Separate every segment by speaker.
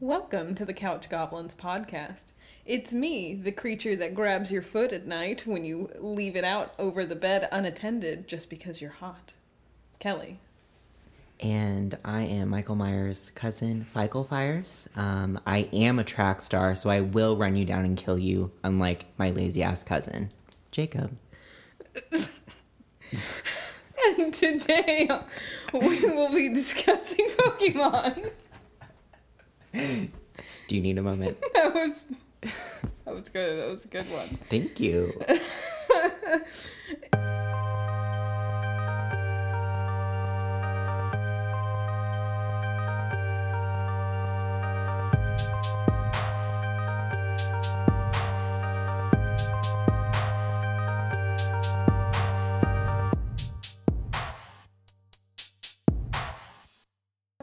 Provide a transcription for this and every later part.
Speaker 1: Welcome to the Couch Goblins podcast. It's me, the creature that grabs your foot at night when you leave it out over the bed unattended just because you're hot. Kelly.
Speaker 2: And I am Michael Myers' cousin, Michael Fires. Um, I am a track star, so I will run you down and kill you, unlike my lazy ass cousin, Jacob.
Speaker 1: And today we will be discussing Pokemon.
Speaker 2: Do you need a moment?
Speaker 1: That was that was good. That was a good one.
Speaker 2: Thank you.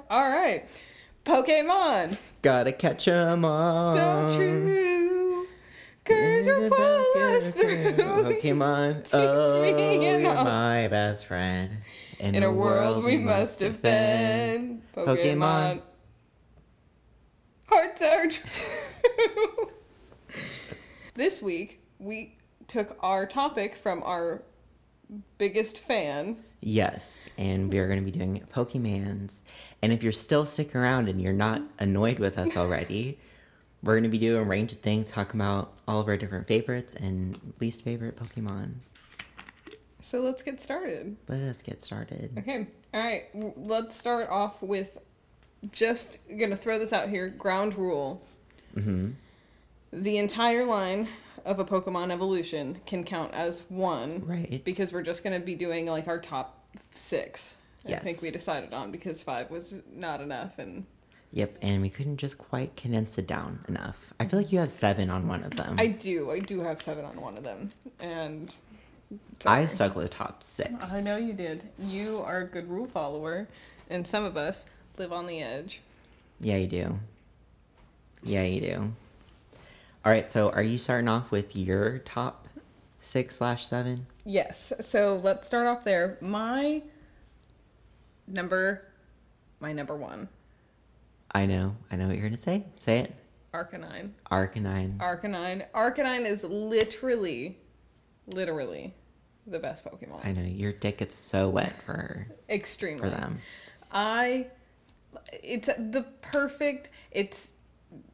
Speaker 1: All right. Pokemon.
Speaker 2: Gotta catch 'em all.
Speaker 1: So true. Cause you pull us through.
Speaker 2: Pokemon,
Speaker 1: Teach me
Speaker 2: oh,
Speaker 1: and
Speaker 2: you're
Speaker 1: all.
Speaker 2: my best friend.
Speaker 1: In a world we must defend.
Speaker 2: Pokemon.
Speaker 1: Pokemon. Hearts are true. this week, we took our topic from our biggest fan.
Speaker 2: Yes, and we are going to be doing Pokemans. And if you're still sticking around and you're not annoyed with us already, we're going to be doing a range of things, talking about all of our different favorites and least favorite Pokemon.
Speaker 1: So let's get started.
Speaker 2: Let us get started.
Speaker 1: Okay. All right. W- Let's start off with just going to throw this out here ground rule. Mm-hmm.
Speaker 2: hmm
Speaker 1: The entire line of a Pokemon evolution can count as one.
Speaker 2: Right.
Speaker 1: because we're just going to be doing like our top six. I think
Speaker 2: Yes.
Speaker 1: we decided on because five was not enough, and
Speaker 2: Yep, and we couldn't just quite condense it down enough. I feel like you have seven on one of them.
Speaker 1: I do, I do have seven on one of them, and
Speaker 2: I stuck with the top six.
Speaker 1: I know you did. You are a good rule follower, and some of us live on the edge.
Speaker 2: Yeah, you do. Yeah, you do. All right, so are you starting off with your top six slash seven?
Speaker 1: Yes, so let's start off there. My number, my number one,
Speaker 2: I know. I know what you're going to say. Say it.
Speaker 1: Arcanine.
Speaker 2: Arcanine.
Speaker 1: Arcanine. Arcanine is literally, literally, the best Pokemon.
Speaker 2: I know. Your dick gets so wet for her,
Speaker 1: Extremely.
Speaker 2: for them.
Speaker 1: I it's the perfect it's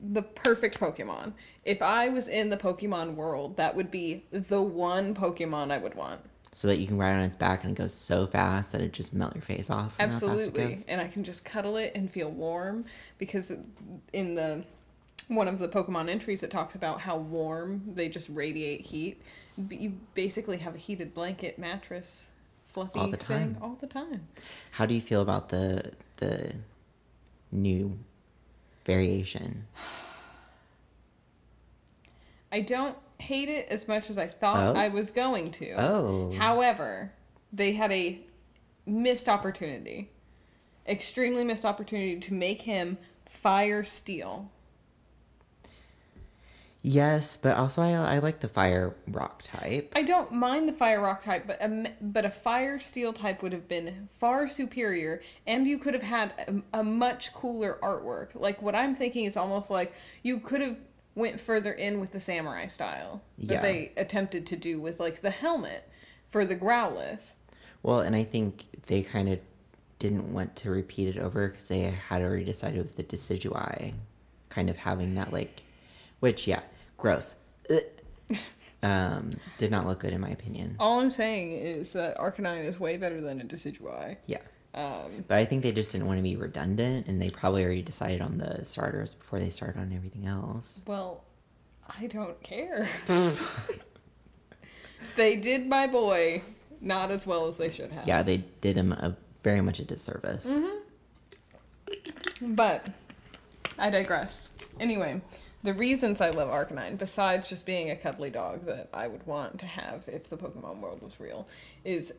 Speaker 1: the perfect Pokemon. If I was in the Pokemon world, that would be the one Pokemon I would want.
Speaker 2: So that you can ride on its back and it goes so fast that it just melt your face off. from how fast it
Speaker 1: Absolutely.
Speaker 2: goes.
Speaker 1: And I can just cuddle it and feel warm because in the one of the Pokemon entries it talks about how warm they just radiate heat. B- You basically have a heated blanket mattress fluffy
Speaker 2: All the
Speaker 1: thing
Speaker 2: time.
Speaker 1: all the time.
Speaker 2: How do you feel about the the new variation?
Speaker 1: I don't hate it as much as I thought
Speaker 2: Oh.
Speaker 1: I was going to.
Speaker 2: Oh.
Speaker 1: However, they had a missed opportunity, extremely missed opportunity to make him fire steel.
Speaker 2: Yes, but also I, I like the fire rock type.
Speaker 1: I don't mind the fire rock type, but a, me- but a fire steel type would have been far superior, and you could have had a, a much cooler artwork. Like what I'm thinking is almost like you could have went further in with the samurai style that
Speaker 2: Yeah.
Speaker 1: they attempted to do with like the helmet for the Growlithe.
Speaker 2: Well, and I think they kind of didn't want to repeat it over because they had already decided with the Decidueye, kind of having that like, which yeah, gross. Ugh. um, did not look good in my opinion.
Speaker 1: All I'm saying is that Arcanine is way better than a Decidueye.
Speaker 2: Yeah,
Speaker 1: Um,
Speaker 2: but I think they just didn't want to be redundant, and they probably already decided on the starters before they started on everything else.
Speaker 1: well, I don't care. they did my boy not as well as they should have.
Speaker 2: Yeah, they did him a very much a disservice.
Speaker 1: But I digress. Anyway, the reasons I love Arcanine, besides just being a cuddly dog that I would want to have if the Pokemon world was real, is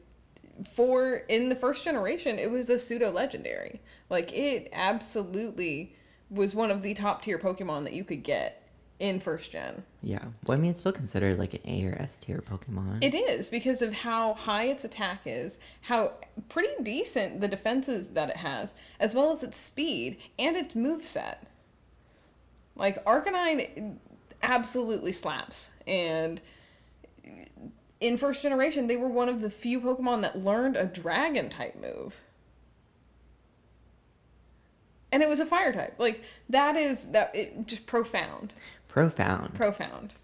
Speaker 1: for in the first generation, it was a pseudo legendary. Like, it absolutely was one of the top tier Pokemon that you could get in first gen.
Speaker 2: Yeah, well, I mean, it's still considered like an A or S tier Pokemon.
Speaker 1: It is because of how high its attack is, how pretty decent the defenses that it has, as well as its speed and its moveset. Like Arcanine absolutely slaps and in first generation they were one of the few Pokemon that learned a dragon type move. And it was a fire type. Like that is that it just profound.
Speaker 2: Profound.
Speaker 1: Profound.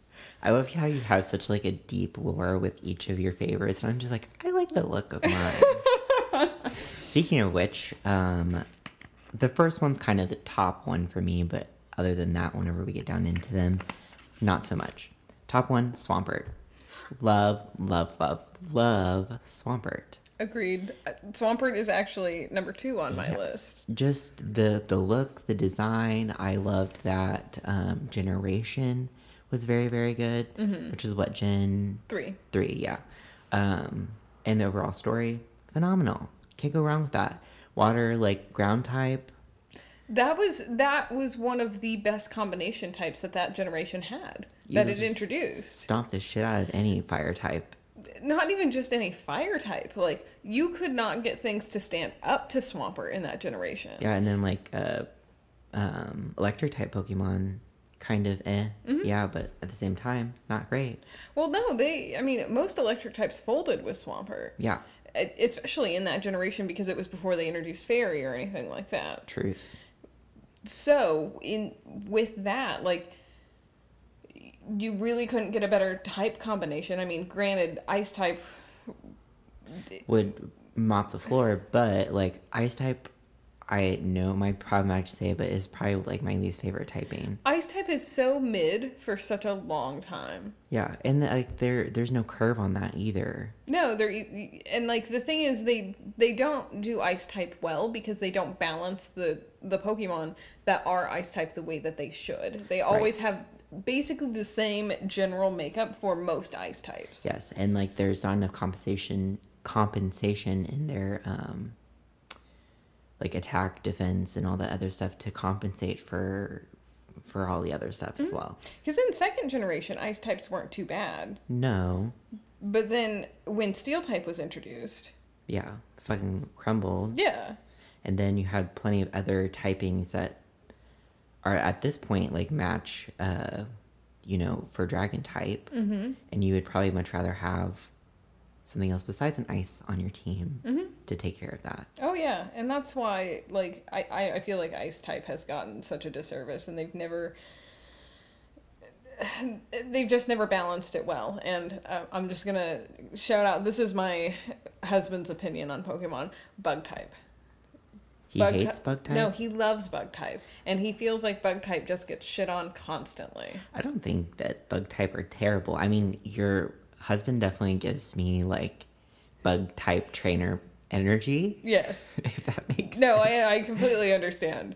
Speaker 2: I love how you have such like a deep lore with each of your favorites, and I'm just like, I like the look of mine. Speaking of which, um, the first one's kind of the top one for me, but other than that, whenever we get down into them, not so much. Top one, Swampert. Love, love, love, love Swampert.
Speaker 1: Agreed. Uh, Swampert is actually number 2 on my list.
Speaker 2: Yes, Just the the look, the design. I loved that um, generation was very very good, which is what Gen
Speaker 1: 3.
Speaker 2: three, yeah. Um, and the overall story, phenomenal. Can't go wrong with that. Water, like ground type,
Speaker 1: That was that was one of the best combination types that that generation had
Speaker 2: You
Speaker 1: that
Speaker 2: were
Speaker 1: it
Speaker 2: just-
Speaker 1: introduced.
Speaker 2: stomp the shit out of any fire type.
Speaker 1: Not even just any fire type. Like you could not get things to stand up to Swampert in that generation.
Speaker 2: Yeah, and then like uh, um, electric type Pokemon, kind of eh. Yeah, but at the same time, not great.
Speaker 1: Well, no, they. I mean, most electric types folded with Swampert,
Speaker 2: Yeah,
Speaker 1: e- especially in that generation because it was before they introduced Fairy or anything like that.
Speaker 2: truth.
Speaker 1: so in with that like you really couldn't get a better type combination i mean granted ice type
Speaker 2: Would mop the floor, but like ice type, I know my problematic to say, but it's probably like my least favorite typing.
Speaker 1: ice type is so mid for such a long time
Speaker 2: Yeah, and like there, there's no curve on that either.
Speaker 1: no they're e- and like the thing is they they don't do ice type well because they don't balance the the pokemon that are ice type the way that they should they always have basically the same general makeup for most ice types
Speaker 2: Yes, and like there's not enough compensation compensation in their um like attack, defense, and all that other stuff to compensate for for all the other stuff
Speaker 1: Mm-hmm.
Speaker 2: as well.
Speaker 1: because in second generation ice types weren't too bad
Speaker 2: No,
Speaker 1: But then when steel type was introduced,
Speaker 2: yeah, fucking crumbled.
Speaker 1: yeah,
Speaker 2: And then you had plenty of other typings that are at this point like match, uh, you know, for dragon type. Mm-hmm. And you would probably much rather have something else besides an ice on your team
Speaker 1: Mm-hmm.
Speaker 2: to take care of that.
Speaker 1: oh yeah, and that's why like I, I I feel like ice type has gotten such a disservice, and they've never they've just never balanced it well. And uh, I'm just gonna shout out. This is my husband's opinion on Pokemon bug type.
Speaker 2: He
Speaker 1: Bug
Speaker 2: hates
Speaker 1: ty-
Speaker 2: bug type.
Speaker 1: No, he loves bug type, and he feels like bug type just gets shit on constantly.
Speaker 2: I don't think that bug type are terrible. I mean, your husband definitely gives me like bug type trainer energy,
Speaker 1: Yes.
Speaker 2: if that makes
Speaker 1: No, I, I completely understand.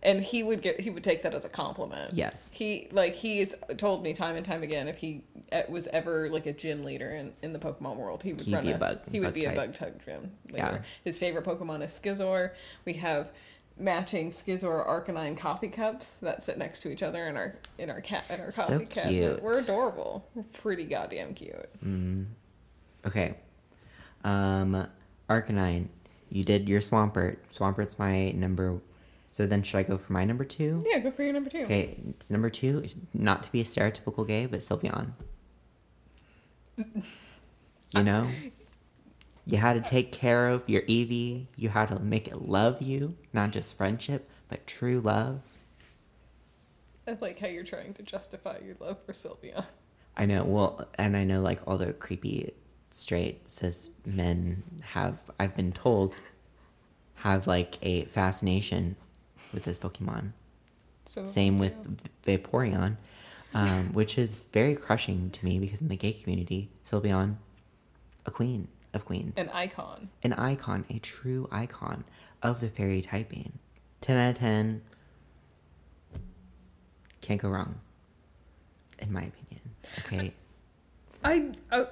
Speaker 1: And he would get he would take that as a compliment.
Speaker 2: Yes.
Speaker 1: He like he's told me time and time again if he eh, was ever like a gym leader in, in the Pokemon world, he would
Speaker 2: He'd
Speaker 1: run
Speaker 2: be
Speaker 1: a,
Speaker 2: a bug-
Speaker 1: he would
Speaker 2: bug
Speaker 1: be a
Speaker 2: type.
Speaker 1: bug type gym leader.
Speaker 2: Yeah.
Speaker 1: His favorite Pokemon is Scizor. We have matching Scizor Arcanine coffee cups that sit next to each other in our in our cat in our
Speaker 2: So
Speaker 1: coffee cat.
Speaker 2: cute. Mm.
Speaker 1: We're adorable. We're pretty goddamn cute.
Speaker 2: Okay. Um, Arcanine, you did your Swampert. Swampert's my number. So then, should I go for my number two?
Speaker 1: Yeah, go for your number two.
Speaker 2: Okay, it's number two. It's not to be a stereotypical gay, but Sylveon. You know, you had to take care of your Eevee. You had to make it love you, not just friendship, but true love.
Speaker 1: I like how you're trying to justify your love for Sylveon.
Speaker 2: I know. Well, and I know like all the creepy straight cis men have. I've been told have like a fascination with this Pokemon.
Speaker 1: So
Speaker 2: Same with
Speaker 1: yeah.
Speaker 2: Vaporeon, um, which is very crushing to me because in the gay community, Sylveon, a queen of queens,
Speaker 1: an icon.
Speaker 2: an icon, a true icon of the fairy typing. 10 out of 10. Can't go wrong, in my opinion. Okay.
Speaker 1: I uh,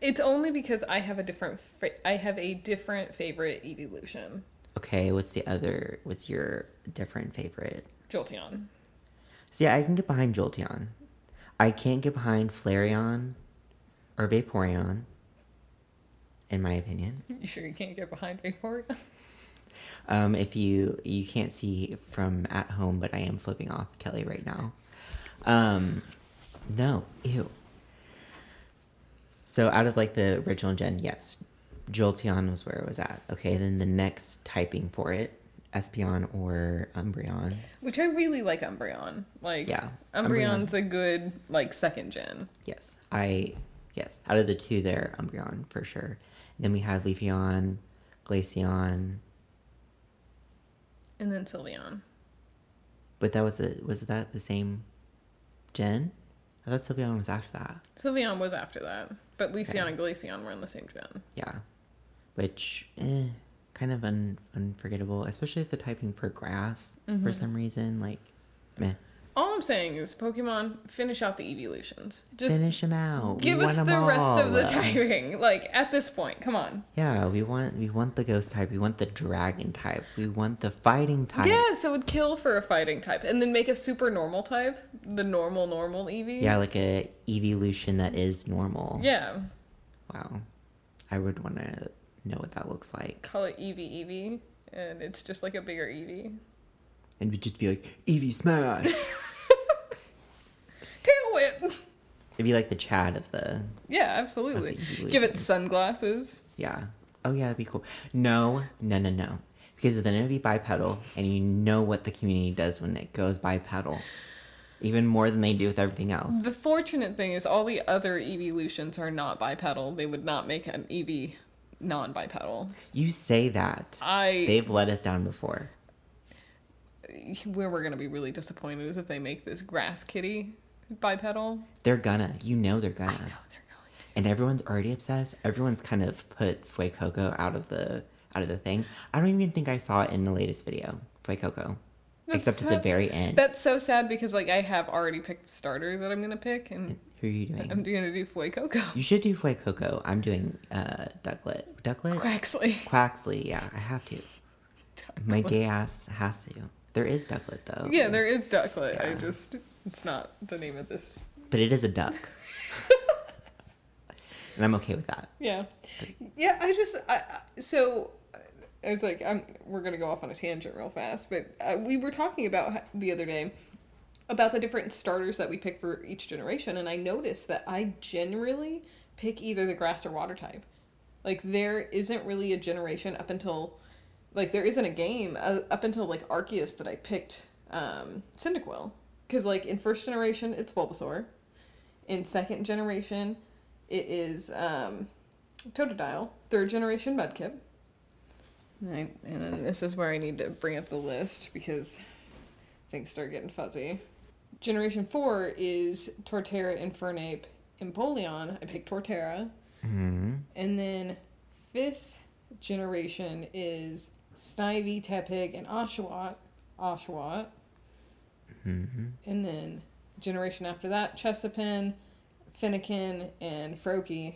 Speaker 1: it's only because I have a different fa- I have a different favorite evolution,
Speaker 2: Okay, what's the other? What's your different favorite?
Speaker 1: Jolteon.
Speaker 2: See, I can get behind Jolteon. I can't get behind Flareon or Vaporeon, in my opinion.
Speaker 1: You sure you can't get behind Vaporeon?
Speaker 2: Um, if you you can't see from at home, but I am flipping off Kelly right now. Um, no, ew. So out of like the original gen, yes, Jolteon was where it was at. Okay, then the next typing for it, Espeon or Umbreon.
Speaker 1: Which I really like Umbreon. Like
Speaker 2: Yeah,
Speaker 1: Umbreon's a good like second gen.
Speaker 2: Yes, I yes. Out of the two there, Umbreon for sure. then we had Leafeon, Glaceon,
Speaker 1: And then Sylveon.
Speaker 2: but that was a was that the same gen? I thought Sylveon was after that.
Speaker 1: Sylveon was after that. But Lycian and Glaceon were in the same gen.
Speaker 2: Yeah, which eh, kind of un- unforgettable, especially if the typing for grass
Speaker 1: Mm-hmm.
Speaker 2: for some reason like meh.
Speaker 1: All I'm saying is Pokemon, finish out the evolutions. Just
Speaker 2: Finish them out. We
Speaker 1: give us
Speaker 2: want
Speaker 1: the
Speaker 2: 'em
Speaker 1: rest of the
Speaker 2: all.
Speaker 1: typing. Like at this point, come on.
Speaker 2: Yeah, we want we want the ghost type. We want the dragon type. We want the fighting type.
Speaker 1: Yes, it would kill for a fighting type. And then make a super normal type. The normal normal E Eevee.
Speaker 2: Yeah, like a evolution that is normal.
Speaker 1: Yeah.
Speaker 2: Wow. I would want to know what that looks like.
Speaker 1: Call it E Eevee Eevee. And it's just like a bigger E Eevee.
Speaker 2: And we'd just be like, Eevee smash!
Speaker 1: Tail whip!
Speaker 2: It'd be like the Chad of the,
Speaker 1: Yeah, absolutely.
Speaker 2: Eevee
Speaker 1: Give it
Speaker 2: Eevee.
Speaker 1: sunglasses.
Speaker 2: yeah. Oh yeah, that'd be cool. No, no, no, no. Because then it'd be bipedal, and you know what the community does when it goes bipedal. Even more than they do with everything else.
Speaker 1: The fortunate thing is all the other evolutions are not bipedal. They would not make an EV non-bipedal.
Speaker 2: You say that.
Speaker 1: I
Speaker 2: They've let us down before.
Speaker 1: where we're gonna be really disappointed is if they make this grass kitty bipedal.
Speaker 2: They're gonna. You know they're
Speaker 1: I know
Speaker 2: gonna.
Speaker 1: they're going to.
Speaker 2: and everyone's already obsessed. Everyone's kind of put Fue Coco out of the out of the thing. I don't even think I saw it in the latest video, Fue Coco,
Speaker 1: That's
Speaker 2: except at the
Speaker 1: sad.
Speaker 2: very end.
Speaker 1: That's so sad because like I have already picked starter that I'm gonna pick and
Speaker 2: Who are you doing?
Speaker 1: I'm gonna do Foy Coco.
Speaker 2: you should do Fue Coco. I'm doing uh, Ducklet. Ducklet.
Speaker 1: Quaxley.
Speaker 2: Quaxley. Yeah, I have to. My gay ass has to. There is Ducklet though.
Speaker 1: Yeah, there is ducklet. I
Speaker 2: Yeah.
Speaker 1: just it's not the name of this.
Speaker 2: But it is a duck. and I'm okay with that.
Speaker 1: Yeah, yeah. I just I, I- so I was like, I'm, we're gonna go off on a tangent real fast, but uh, we were talking about h- the other day about the different starters that we pick for each generation, and I noticed that I generally pick either the grass or water type. Like there isn't really a generation up until, like there isn't a game uh, up until like Arceus that I picked um, Cyndaquil, because like in first generation it's Bulbasaur, in second generation it is um, Totodile, third generation Mudkip. Right, and then this is where I need to bring up the list because things start getting fuzzy. Generation 4 is Torterra, Infernape, Empoleon. I picked Torterra.
Speaker 2: hmm
Speaker 1: And then fifth generation is Snivy, Tepig, and Oshawott. Oshawott.
Speaker 2: hmm
Speaker 1: And then generation after that, Chesapeake, Finnegan, and Froakie.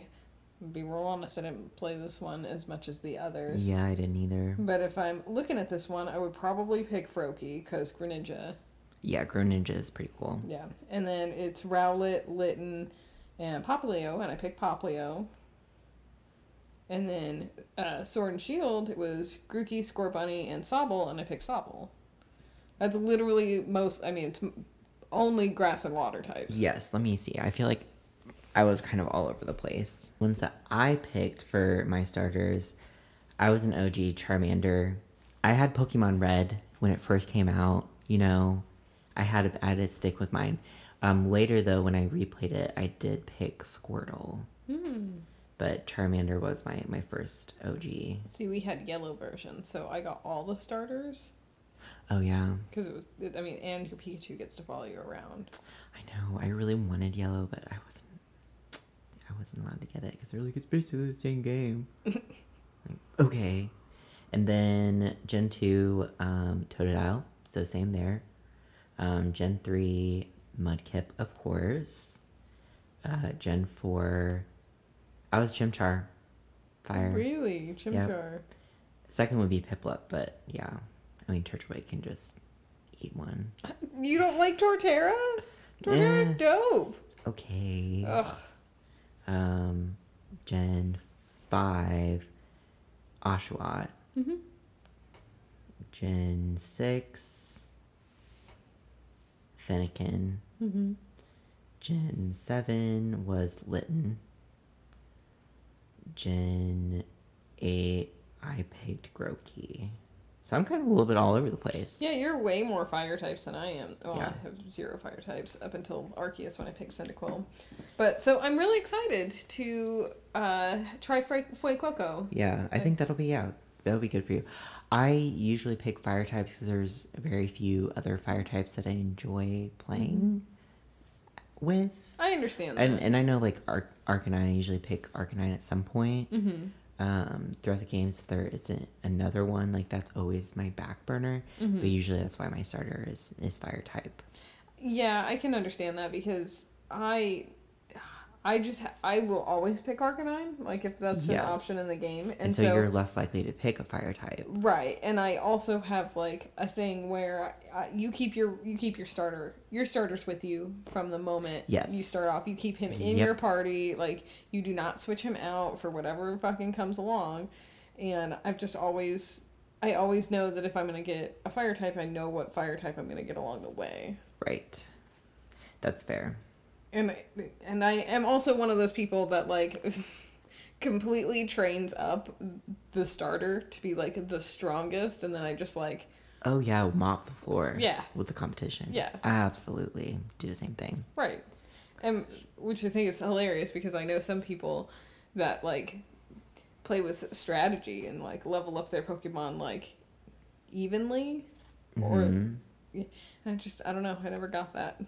Speaker 1: Be real honest, I didn't play this one as much as the others.
Speaker 2: Yeah, I didn't either.
Speaker 1: But if I'm looking at this one, I would probably pick Froakie because Greninja.
Speaker 2: Yeah, Greninja is pretty cool.
Speaker 1: Yeah. And then it's Rowlet, Litten, and Poplio, and I picked Poplio. And then uh, Sword and Shield, it was Grookey, Scorbunny, and Sobble, and I picked Sobble. That's literally most, I mean, it's m- only grass and water types.
Speaker 2: Yes, let me see. I feel like I was kind of all over the place. Ones that I picked for my starters, I was an OG Charmander. I had Pokemon Red when it first came out. You know, I had I had to stick with mine. Um, later though, when I replayed it, I did pick Squirtle, Mm. but Charmander was my my first OG.
Speaker 1: See, we had yellow version, so I got all the starters
Speaker 2: Oh yeah,
Speaker 1: because it was. It, I mean, and your Pikachu gets to follow you around.
Speaker 2: I know. I really wanted yellow, but I wasn't. I wasn't allowed to get it because they're like it's basically the same game. Like, okay, and then Gen two um, Totodile, so same there. Um, Gen three Mudkip, of course. Uh, Gen four, I was Chimchar, fire.
Speaker 1: Really, Chimchar.
Speaker 2: Second would be Piplup, but yeah, I mean Turtleway can just eat one.
Speaker 1: You don't like Torterra? Torterra's
Speaker 2: Eh.
Speaker 1: dope.
Speaker 2: Okay.
Speaker 1: Ugh.
Speaker 2: um, Gen 5, Oshawott.
Speaker 1: Mhm.
Speaker 2: Gen 6. Fennekin.
Speaker 3: Mm-hmm.
Speaker 2: Gen 7 was Lytton. Gen 8, I picked Grokey. So I'm kind of a little bit all over the place.
Speaker 1: Yeah, you're way more fire types than I am. Well,
Speaker 2: Yeah.
Speaker 1: I have zero fire types up until Arceus when I picked Cyndaquil. But so I'm really excited to uh, try Fre- Fuecoco.
Speaker 2: Yeah, I
Speaker 1: Like-
Speaker 2: think that'll be out. That'll be good for you. I usually pick fire types because there's very few other fire types that I enjoy playing with.
Speaker 1: I understand that.
Speaker 2: And and I know like Arc Arcanine, I usually pick Arcanine at some point.
Speaker 1: mm-hmm.
Speaker 2: Um, throughout the games, if there isn't another one, like that's always my back burner.
Speaker 1: Mm-hmm.
Speaker 2: But usually that's why my starter is is fire type.
Speaker 1: Yeah, I can understand that because I, I just ha- I will always pick Arcanine. Like if that's
Speaker 2: Yes.
Speaker 1: an option in the game, and,
Speaker 2: And, so, you're less likely to pick a fire type.
Speaker 1: Right, and I also have like a thing where I, I, you keep your you keep your starter your starters with you from the moment
Speaker 2: Yes.
Speaker 1: you start off. You keep him in
Speaker 2: Yep.
Speaker 1: your party, like you do not switch him out for whatever fucking comes along. And I've just always I always know that if I'm gonna get a fire type, I know what fire type I'm gonna get along the way.
Speaker 2: Right. That's fair.
Speaker 1: And and I am also one of those people that like completely trains up the starter to be like the strongest, and then I just like
Speaker 2: Oh yeah, mop the floor.
Speaker 1: Yeah.
Speaker 2: With the competition.
Speaker 1: Yeah.
Speaker 2: Absolutely. Do the same thing.
Speaker 1: Right. And which I think is hilarious because I know some people that like play with strategy and like level up their Pokemon like evenly.
Speaker 2: Mhm.
Speaker 1: Or I just I don't know, I never got that.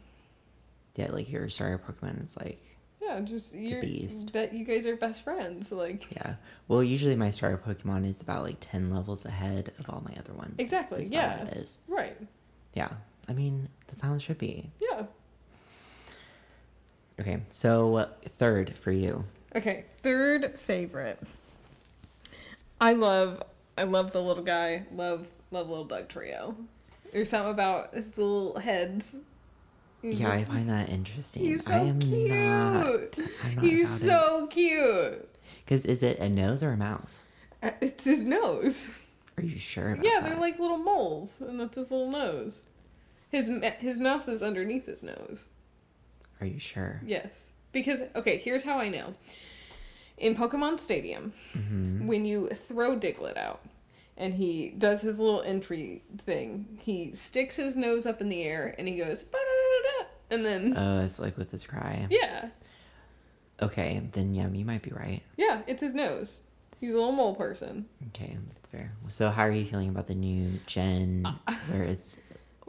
Speaker 2: yeah, like your starter Pokemon is like
Speaker 1: Yeah, just you're
Speaker 2: beast.
Speaker 1: that you guys are best friends. Like
Speaker 2: yeah. Well, usually my starter Pokemon is about like ten levels ahead of all my other ones. is-
Speaker 1: Exactly,
Speaker 2: is about
Speaker 1: yeah.
Speaker 2: what It is.
Speaker 1: right.
Speaker 2: Yeah. I mean, that's how it should be.
Speaker 1: Yeah.
Speaker 2: Okay. So third for you.
Speaker 1: Okay, third favorite. I love I love the little guy. Love love little Doug Trio. There's something about his little heads. He's
Speaker 2: yeah, I
Speaker 1: just-
Speaker 2: find that interesting.
Speaker 1: He's so
Speaker 2: I am
Speaker 1: cute.
Speaker 2: not. I'm not
Speaker 1: He's
Speaker 2: about
Speaker 1: so cute.
Speaker 2: Because is it a nose or a mouth?
Speaker 1: Uh, It's his nose.
Speaker 2: Are you sure about
Speaker 1: yeah,
Speaker 2: that?
Speaker 1: they're like little moles, and that's his little nose. His ma- his mouth is underneath his nose.
Speaker 2: Are you sure?
Speaker 1: Yes, because okay, here's how I know. In Pokemon Stadium,
Speaker 2: Mm-hmm.
Speaker 1: when you throw Diglett out, and he does his little entry thing, he sticks his nose up in the air and he goes, "Ba-da-da-da-da," and then
Speaker 2: Oh, it's like with his cry.
Speaker 1: yeah,
Speaker 2: Okay, then yeah, you might be right.
Speaker 1: yeah, it's his nose. He's a little mole person.
Speaker 2: Okay, that's fair. So, how are you feeling about the new Gen?
Speaker 1: Uh,
Speaker 2: Where it's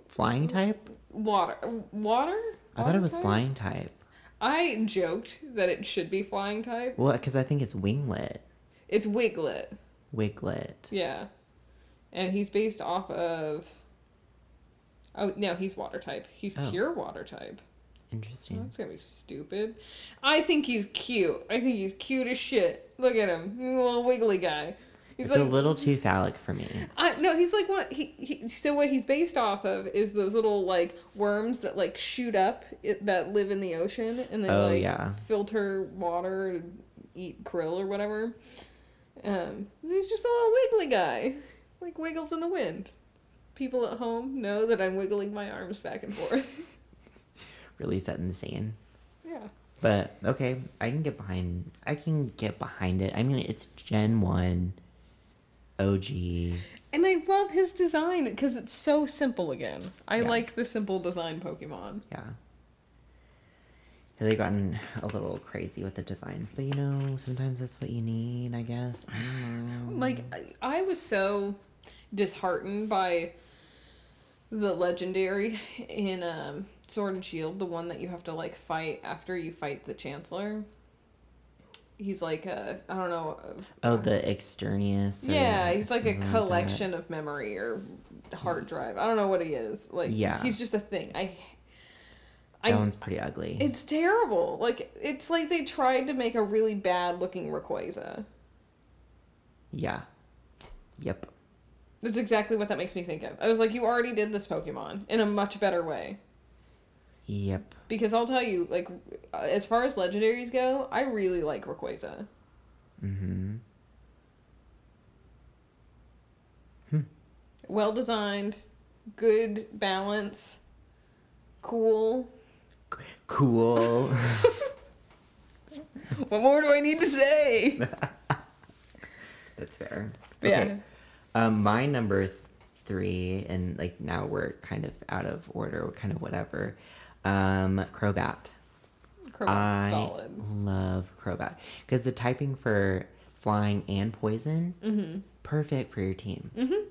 Speaker 2: flying type?
Speaker 1: Water, water.
Speaker 2: I thought
Speaker 1: Water
Speaker 2: it was
Speaker 1: type?
Speaker 2: flying type.
Speaker 1: I joked that it should be flying type.
Speaker 2: Well, because I think it's winglet,
Speaker 1: It's Wiglet,
Speaker 2: wiglet.
Speaker 1: yeah. And he's based off of. Oh, no, he's water type. He's
Speaker 2: Oh.
Speaker 1: pure water type.
Speaker 2: Interesting.
Speaker 1: That's gonna be stupid. I think he's cute. I think he's cute as shit. Look at him. He's a little wiggly guy. He's
Speaker 2: It's
Speaker 1: like.
Speaker 2: a little too phallic for me.
Speaker 1: I, no, he's like one. He, he so what he's based off of is those little like worms that like shoot up it, that live in the ocean and they
Speaker 2: Oh,
Speaker 1: like
Speaker 2: yeah.
Speaker 1: filter water and eat krill or whatever. Um, and he's just a little wiggly guy, like wiggles in the wind. People at home know that I'm wiggling my arms back and forth.
Speaker 2: Release that in the sand.
Speaker 1: yeah,
Speaker 2: But okay, I can get behind. I can get behind it. I mean, it's Gen One, OG.
Speaker 1: and I love his design because it's so simple. Again, I
Speaker 2: Yeah.
Speaker 1: like the simple design Pokemon.
Speaker 2: Yeah. They've gotten a little crazy with the designs, but you know, sometimes that's what you need, I guess. I don't know.
Speaker 1: Like I, I was so disheartened by the legendary in um, Sword and Shield, the one that you have to like fight after you fight the Chancellor. He's like a I don't know. a-
Speaker 2: Oh, the externius. or
Speaker 1: yeah, he's like a
Speaker 2: something that.
Speaker 1: collection of memory or hard drive. I don't know what he is. Like
Speaker 2: Yeah.
Speaker 1: he's just a thing. I
Speaker 2: That,
Speaker 1: I
Speaker 2: one's pretty ugly.
Speaker 1: it's terrible. Like it's like they tried to make a really bad looking Rayquaza.
Speaker 2: Yeah. Yep.
Speaker 1: That's exactly what that makes me think of. I was like, you already did this Pokemon in a much better way.
Speaker 2: Yep.
Speaker 1: Because I'll tell you, like, as far as legendaries go, I really like Rayquaza.
Speaker 2: Mm-hmm.
Speaker 1: well designed, good balance, cool.
Speaker 2: Cool.
Speaker 1: What more do I need to say?
Speaker 2: That's fair.
Speaker 1: Yeah.
Speaker 2: Um, my number th- three, and like now we're kind of out of order, kind of whatever. Um, Crobat.
Speaker 1: Crowbar
Speaker 2: I
Speaker 1: solid.
Speaker 2: love Crobat because the typing for flying and poison,
Speaker 1: Mm-hmm.
Speaker 2: perfect for your team.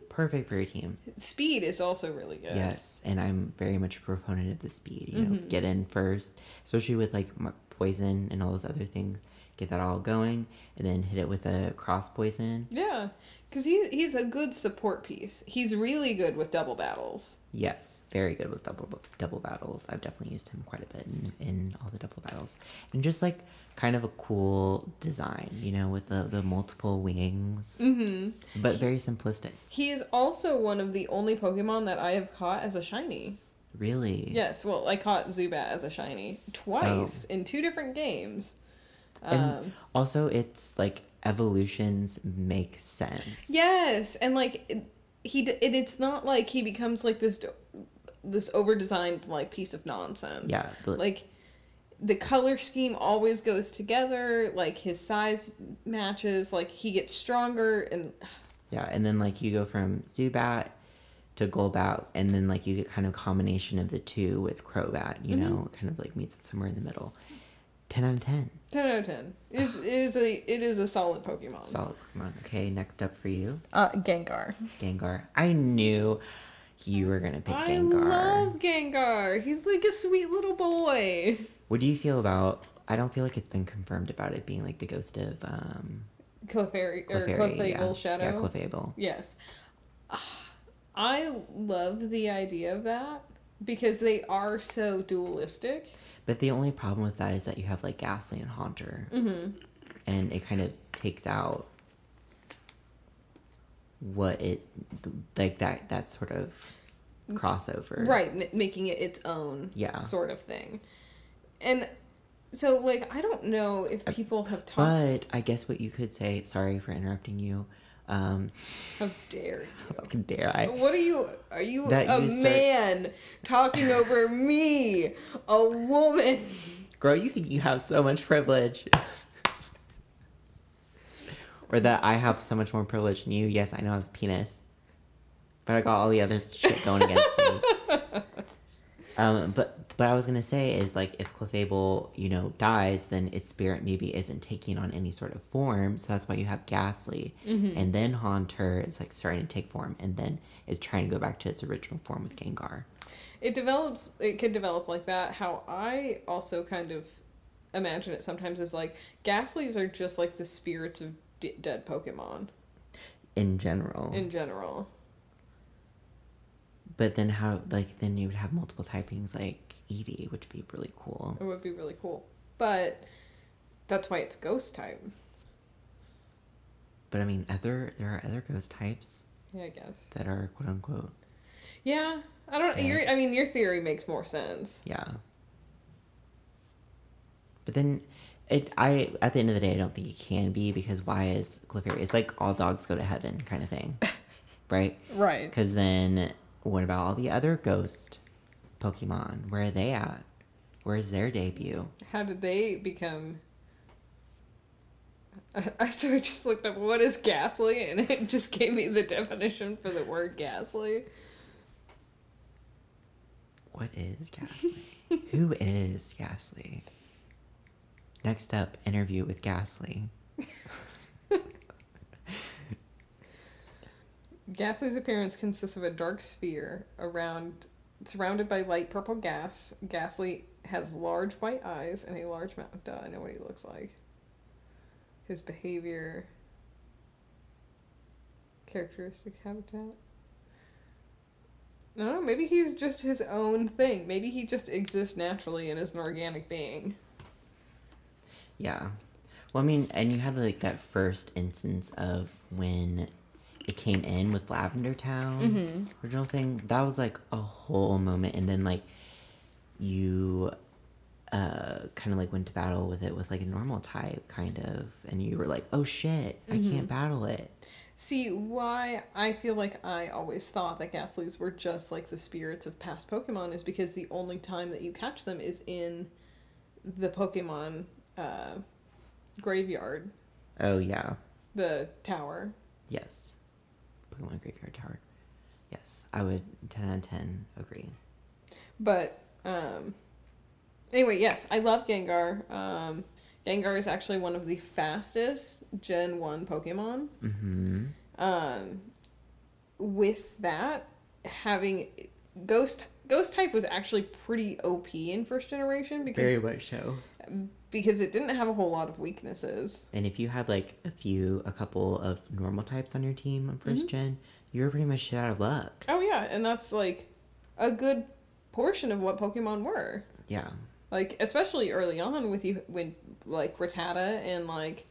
Speaker 2: Perfect for your team.
Speaker 1: Speed is also really good.
Speaker 2: Yes, and I'm very much a proponent of the speed. You
Speaker 1: Mm-hmm.
Speaker 2: know, get in first, especially with like m- poison and all those other things. Get that all going, and then hit it with a cross poison.
Speaker 1: Yeah, because he, he's a good support piece. He's really good with double battles.
Speaker 2: Yes, very good with double double battles. I've definitely used him quite a bit in, in all the double battles, and just like kind of a cool design, you know, with the the multiple wings, mm-hmm. but very simplistic.
Speaker 1: He is also one of the only Pokemon that I have caught as a shiny.
Speaker 2: Really,
Speaker 1: Yes, well, I caught Zubat as a shiny twice in two different games.
Speaker 2: Oh. and
Speaker 1: Um,
Speaker 2: also it's like evolutions make sense.
Speaker 1: yes, and like it, he, d- it, it's not like he becomes like this, d- this over designed like piece of nonsense.
Speaker 2: yeah, but
Speaker 1: like the color scheme always goes together like his size matches like he gets stronger and
Speaker 2: Yeah, and then like you go from Zubat to Golbat, and then like you get kind of combination of the two with Crobat.
Speaker 1: Mm-hmm.
Speaker 2: You know, kind of like meets it somewhere in the middle. Ten out of ten.
Speaker 1: 10 out of 10 is is a it is a solid pokemon
Speaker 2: Solid Pokemon. Okay, next up for you,
Speaker 1: uh gengar
Speaker 2: Gengar. I knew you were gonna pick
Speaker 1: i
Speaker 2: Gengar.
Speaker 1: love gengar he's like a sweet little boy
Speaker 2: What do you feel about? I don't feel like it's been confirmed about it being like the ghost of um,
Speaker 1: clefairy or
Speaker 2: Clefairy.
Speaker 1: Er, clefable
Speaker 2: yeah.
Speaker 1: shadow
Speaker 2: Yeah, Clefable.
Speaker 1: Yes. Ah, I love the idea of that because they are so dualistic.
Speaker 2: But the only problem with that is that you have like Ghastly and Haunter, and it kind of takes out what it like that that sort of crossover.
Speaker 1: right m- making it its own
Speaker 2: Yeah.
Speaker 1: sort of thing and so like i don't know if
Speaker 2: Uh,
Speaker 1: people have talked
Speaker 2: But I guess what you could say. Sorry for interrupting you. Um,
Speaker 1: how dare
Speaker 2: how dare I?
Speaker 1: you what are you are you
Speaker 2: That
Speaker 1: a
Speaker 2: you start-
Speaker 1: man talking over me a woman
Speaker 2: Girl, you think you have so much privilege. or that I have so much more privilege than you. Yes, I know I have a penis. But I got all the other shit going against me. Um, but but I was gonna say is like if Clefable, you know, dies, then its spirit maybe isn't taking on any sort of form. So that's why you have Ghastly. And then Haunter is like starting to take form and then is trying to go back to its original form with Gengar.
Speaker 1: it develops it could develop like that how i also kind of imagine it sometimes is like ghastlies are just like the spirits of d- dead pokemon
Speaker 2: In general.
Speaker 1: in general
Speaker 2: But then how like then you would have multiple typings like Eevee, which would be really cool.
Speaker 1: it would be really cool but that's why it's ghost type
Speaker 2: But I mean other there are other ghost types
Speaker 1: yeah i guess
Speaker 2: that are quote unquote
Speaker 1: Yeah, I don't.
Speaker 2: Yeah.
Speaker 1: Your, I mean, your theory makes more sense.
Speaker 2: yeah. But then it I at the end of the day I don't think it can be because why is Clefairy it's like all dogs go to heaven kind of thing. right?
Speaker 1: Right.
Speaker 2: Because then what about all the other ghost Pokemon? Where are they at? Where's their debut?
Speaker 1: How did they become? I, I sort of just looked up what is ghastly, and it just gave me the definition for the word ghastly.
Speaker 2: What is Ghastly? Who is Ghastly? Next up, interview with Ghastly.
Speaker 1: Ghastly's appearance consists of a dark sphere around, surrounded by light purple gas. Ghastly has large white eyes and a large mouth. Duh, I know what he looks like. His behavior, characteristic habitat. I don't know. Maybe he's just his own thing. Maybe he just exists naturally and is an organic being.
Speaker 2: Yeah. Well, I mean, and you had like that first instance of when it came in with Lavender Town
Speaker 1: Mm-hmm.
Speaker 2: original thing. That was like a whole moment, and then like you uh kind of like went to battle with it with like a normal type kind of and you were like oh shit i can't battle it
Speaker 1: See why I feel like I always thought that Ghastlies were just like the spirits of past Pokemon is because the only time that you catch them is in the Pokemon uh, graveyard,
Speaker 2: Oh yeah.
Speaker 1: the tower.
Speaker 2: Yes. Pokemon Graveyard Tower. Yes. I would ten out of ten agree.
Speaker 1: But um, anyway, yes, I love Gengar. Um, Gengar is actually one of the fastest Gen 1 Pokemon.
Speaker 2: Mm-hmm.
Speaker 1: um, with that having ghost ghost type was actually pretty op in first generation because
Speaker 2: much so.
Speaker 1: because it didn't have a whole lot of weaknesses
Speaker 2: And if you had like a few a couple of normal types on your team on 1st gen, you were pretty much shit out of luck.
Speaker 1: oh yeah and that's like a good portion of what pokemon were
Speaker 2: Yeah.
Speaker 1: like especially early on with you when like rattata and like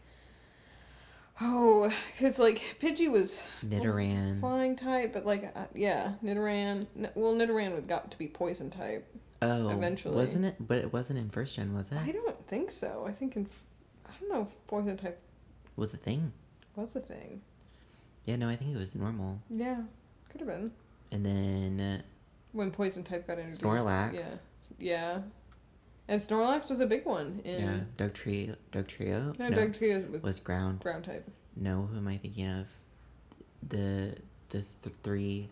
Speaker 1: oh because like pidgey was
Speaker 2: Nidoran.
Speaker 1: flying type but like uh, yeah nidoran N- well nidoran would got to be poison type
Speaker 2: Oh,
Speaker 1: eventually.
Speaker 2: wasn't it? But it wasn't in first gen, was
Speaker 1: I
Speaker 2: it?
Speaker 1: don't think so. I think in, I don't know if poison type
Speaker 2: Was a thing.
Speaker 1: was a thing.
Speaker 2: Yeah, no, I think it was normal.
Speaker 1: Yeah, could have been
Speaker 2: And then uh,
Speaker 1: when poison type got introduced.
Speaker 2: Snorlax.
Speaker 1: Yeah, yeah, and Snorlax was a big one.
Speaker 2: uh,
Speaker 1: In,
Speaker 2: yeah, Doug Trio. Doug Trio.
Speaker 1: No, Doug Trio was
Speaker 2: was ground.
Speaker 1: ground type.
Speaker 2: No, who am I thinking of? The the th- three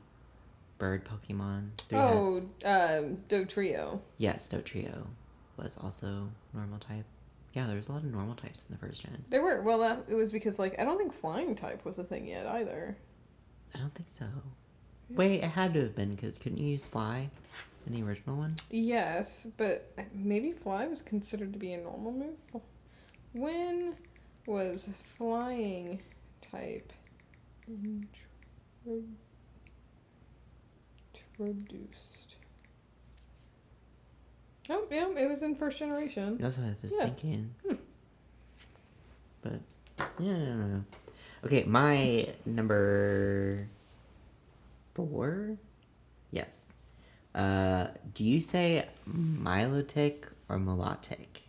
Speaker 2: bird Pokemon. Three
Speaker 1: oh,
Speaker 2: heads.
Speaker 1: um, Doug Trio.
Speaker 2: Yes, Doug Trio was also normal type. Yeah, there was a lot of normal types in the first gen.
Speaker 1: They were well. That it was because like I don't think flying type was a thing yet either.
Speaker 2: I don't think so.
Speaker 1: Yeah.
Speaker 2: Wait, it had to have been because couldn't you use fly in the original one?
Speaker 1: Yes, but maybe fly was considered to be a normal move. When was flying type intro- introduced? Oh, yeah, it was in first generation.
Speaker 2: That's what I was
Speaker 1: Yeah.
Speaker 2: thinking.
Speaker 1: Hmm.
Speaker 2: But yeah, no, no, no. Okay, my number four. Yes. Uh, do you say milotic or melotic?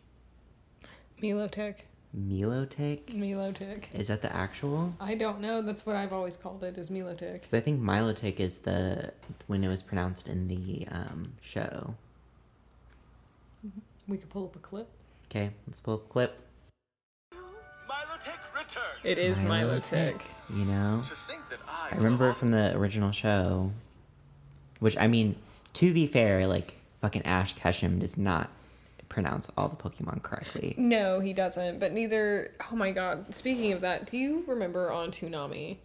Speaker 1: Milotic.
Speaker 2: Milotic
Speaker 1: Milotic.
Speaker 2: is that the actual?
Speaker 1: I don't know. That's what I've always called it, is Milotic.
Speaker 2: Because I think milotic is the when it was pronounced in the um, show.
Speaker 1: We could pull up a clip.
Speaker 2: Okay, let's pull up a clip.
Speaker 3: Milotech return.
Speaker 1: It is Milotic.
Speaker 2: You know.
Speaker 3: To think that I,
Speaker 2: I remember it from the original show, which I mean, to be fair, like fucking Ash Ketchum does not pronounce all the Pokemon correctly.
Speaker 1: No, he doesn't. But neither. Oh my god. Speaking of that, do you remember on Toonami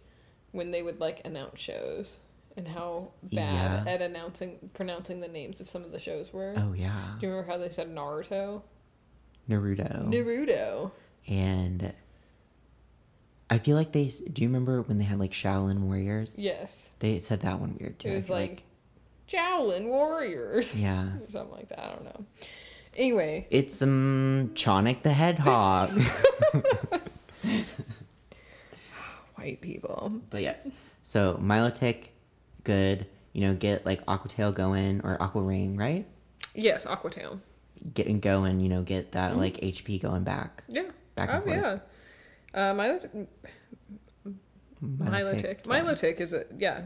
Speaker 1: when they would like announce shows and how bad
Speaker 2: Yeah.
Speaker 1: at announcing pronouncing the names of some of the shows were?
Speaker 2: Oh yeah,
Speaker 1: Do you remember how they said Naruto?
Speaker 2: Naruto.
Speaker 1: Naruto.
Speaker 2: and I feel like they. s- Do you remember when they had like Shaolin Warriors?
Speaker 1: Yes.
Speaker 2: They said that one weird too.
Speaker 1: It
Speaker 2: I
Speaker 1: was
Speaker 2: feel
Speaker 1: like, Jowlin Warriors.
Speaker 2: yeah.
Speaker 1: Or something like that. I don't know. Anyway,
Speaker 2: It's um Chonic the Hedgehog.
Speaker 1: white people.
Speaker 2: But yes. So Milotic, good. You know, get like Aqua Tail going or Aqua Ring, right?
Speaker 1: Yes, Aquatown.
Speaker 2: Get going, you know, get that like HP going back.
Speaker 1: Yeah.
Speaker 2: Back
Speaker 1: Mm-hmm. oh
Speaker 2: and forth.
Speaker 1: yeah. Uh, Milo- Milotic. Milotic is a yeah,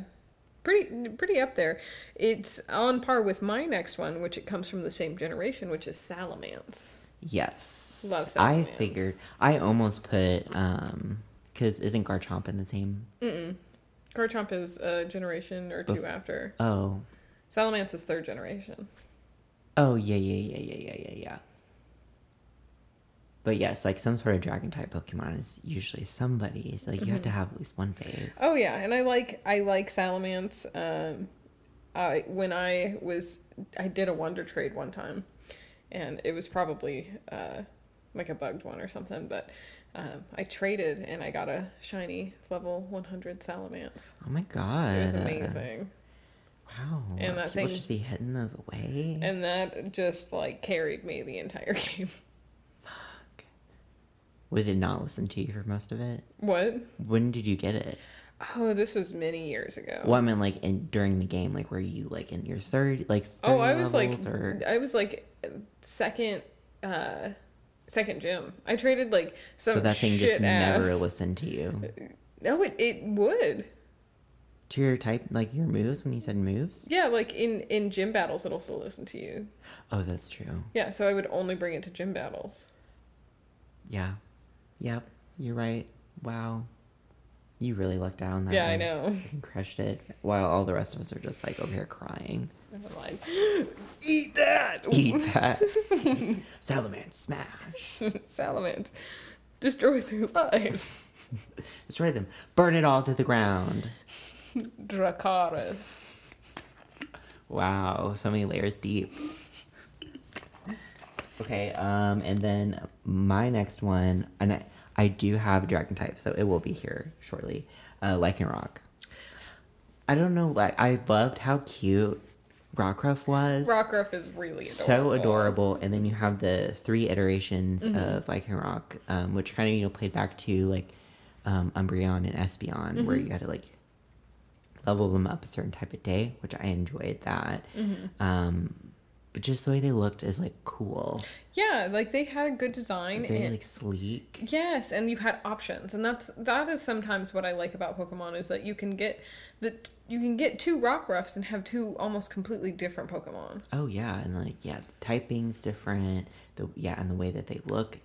Speaker 1: pretty pretty up there. It's on par with my next one, which it comes from the same generation, which is Salamance.
Speaker 2: Yes.
Speaker 1: Love
Speaker 2: I
Speaker 1: Salamence.
Speaker 2: figured. I almost put um because isn't Garchomp in the same?
Speaker 1: Garchomp is a generation or two after.
Speaker 2: Oh,
Speaker 1: Salamance is third generation.
Speaker 2: oh yeah yeah yeah yeah yeah yeah yeah. But yes, like some sort of dragon type Pokemon is usually somebody's. Like
Speaker 1: Mm-hmm.
Speaker 2: you have to have at least one fave.
Speaker 1: Oh yeah, and I like I like Salamance. Um, I when I was I did a wonder trade one time, and it was probably uh, like a bugged one or something, but. Um, I traded and I got a shiny level 100 Salamance.
Speaker 2: Oh my god.
Speaker 1: It was amazing.
Speaker 2: Wow.
Speaker 1: And that
Speaker 2: People
Speaker 1: thing-
Speaker 2: should be hitting those away.
Speaker 1: and that just like carried me the entire game.
Speaker 2: We did not listen to you for most of it.
Speaker 1: What?
Speaker 2: When did you get it?
Speaker 1: Oh, this was many years ago.
Speaker 2: Well, I mean, like in during the game, like were you like in your third, like
Speaker 1: Oh,
Speaker 2: 30
Speaker 1: I was like,
Speaker 2: levels, or
Speaker 1: I was like second, uh, second gym. I traded like some
Speaker 2: so that thing
Speaker 1: shit ass.
Speaker 2: just never listened to you.
Speaker 1: No, it, it would.
Speaker 2: To your type, like your moves when you said moves?
Speaker 1: Yeah, like in in gym battles, it'll still listen to you.
Speaker 2: Oh, that's true.
Speaker 1: Yeah, so I would only bring it to gym battles.
Speaker 2: Yeah. Yep. You're right. Wow. You really lucked out on that.
Speaker 1: Yeah, I
Speaker 2: one.
Speaker 1: know.
Speaker 2: You crushed it. While all the rest of us are just like over here crying.
Speaker 1: Never mind. Eat that.
Speaker 2: Eat that. Salaman, smash.
Speaker 1: Salamence, destroy their lives.
Speaker 2: Destroy them. Burn it all to the ground.
Speaker 1: Dracarys.
Speaker 2: Wow, so many layers deep. Okay, um, and then my next one, and I, I do have a dragon type, so it will be here shortly. Uh, Lycanroc. I don't know, like I loved how cute Rockruff was.
Speaker 1: Rockruff is really adorable.
Speaker 2: so adorable, and then you have the three iterations of Lycanroc, um, which kind of you know played back to like um, Umbreon and Espeon, where you had to like level them up a certain type of day, which I enjoyed that. Um, but just the way they looked is like cool,
Speaker 1: Yeah, like they had a good design.
Speaker 2: very
Speaker 1: and-
Speaker 2: like sleek.
Speaker 1: Yes, and you had options, and that's that is sometimes what I like about Pokemon is that you can get that you can get two Rockruffs and have two almost completely different Pokemon.
Speaker 2: Oh yeah, and like yeah, the typing's different. The yeah, and the way that they look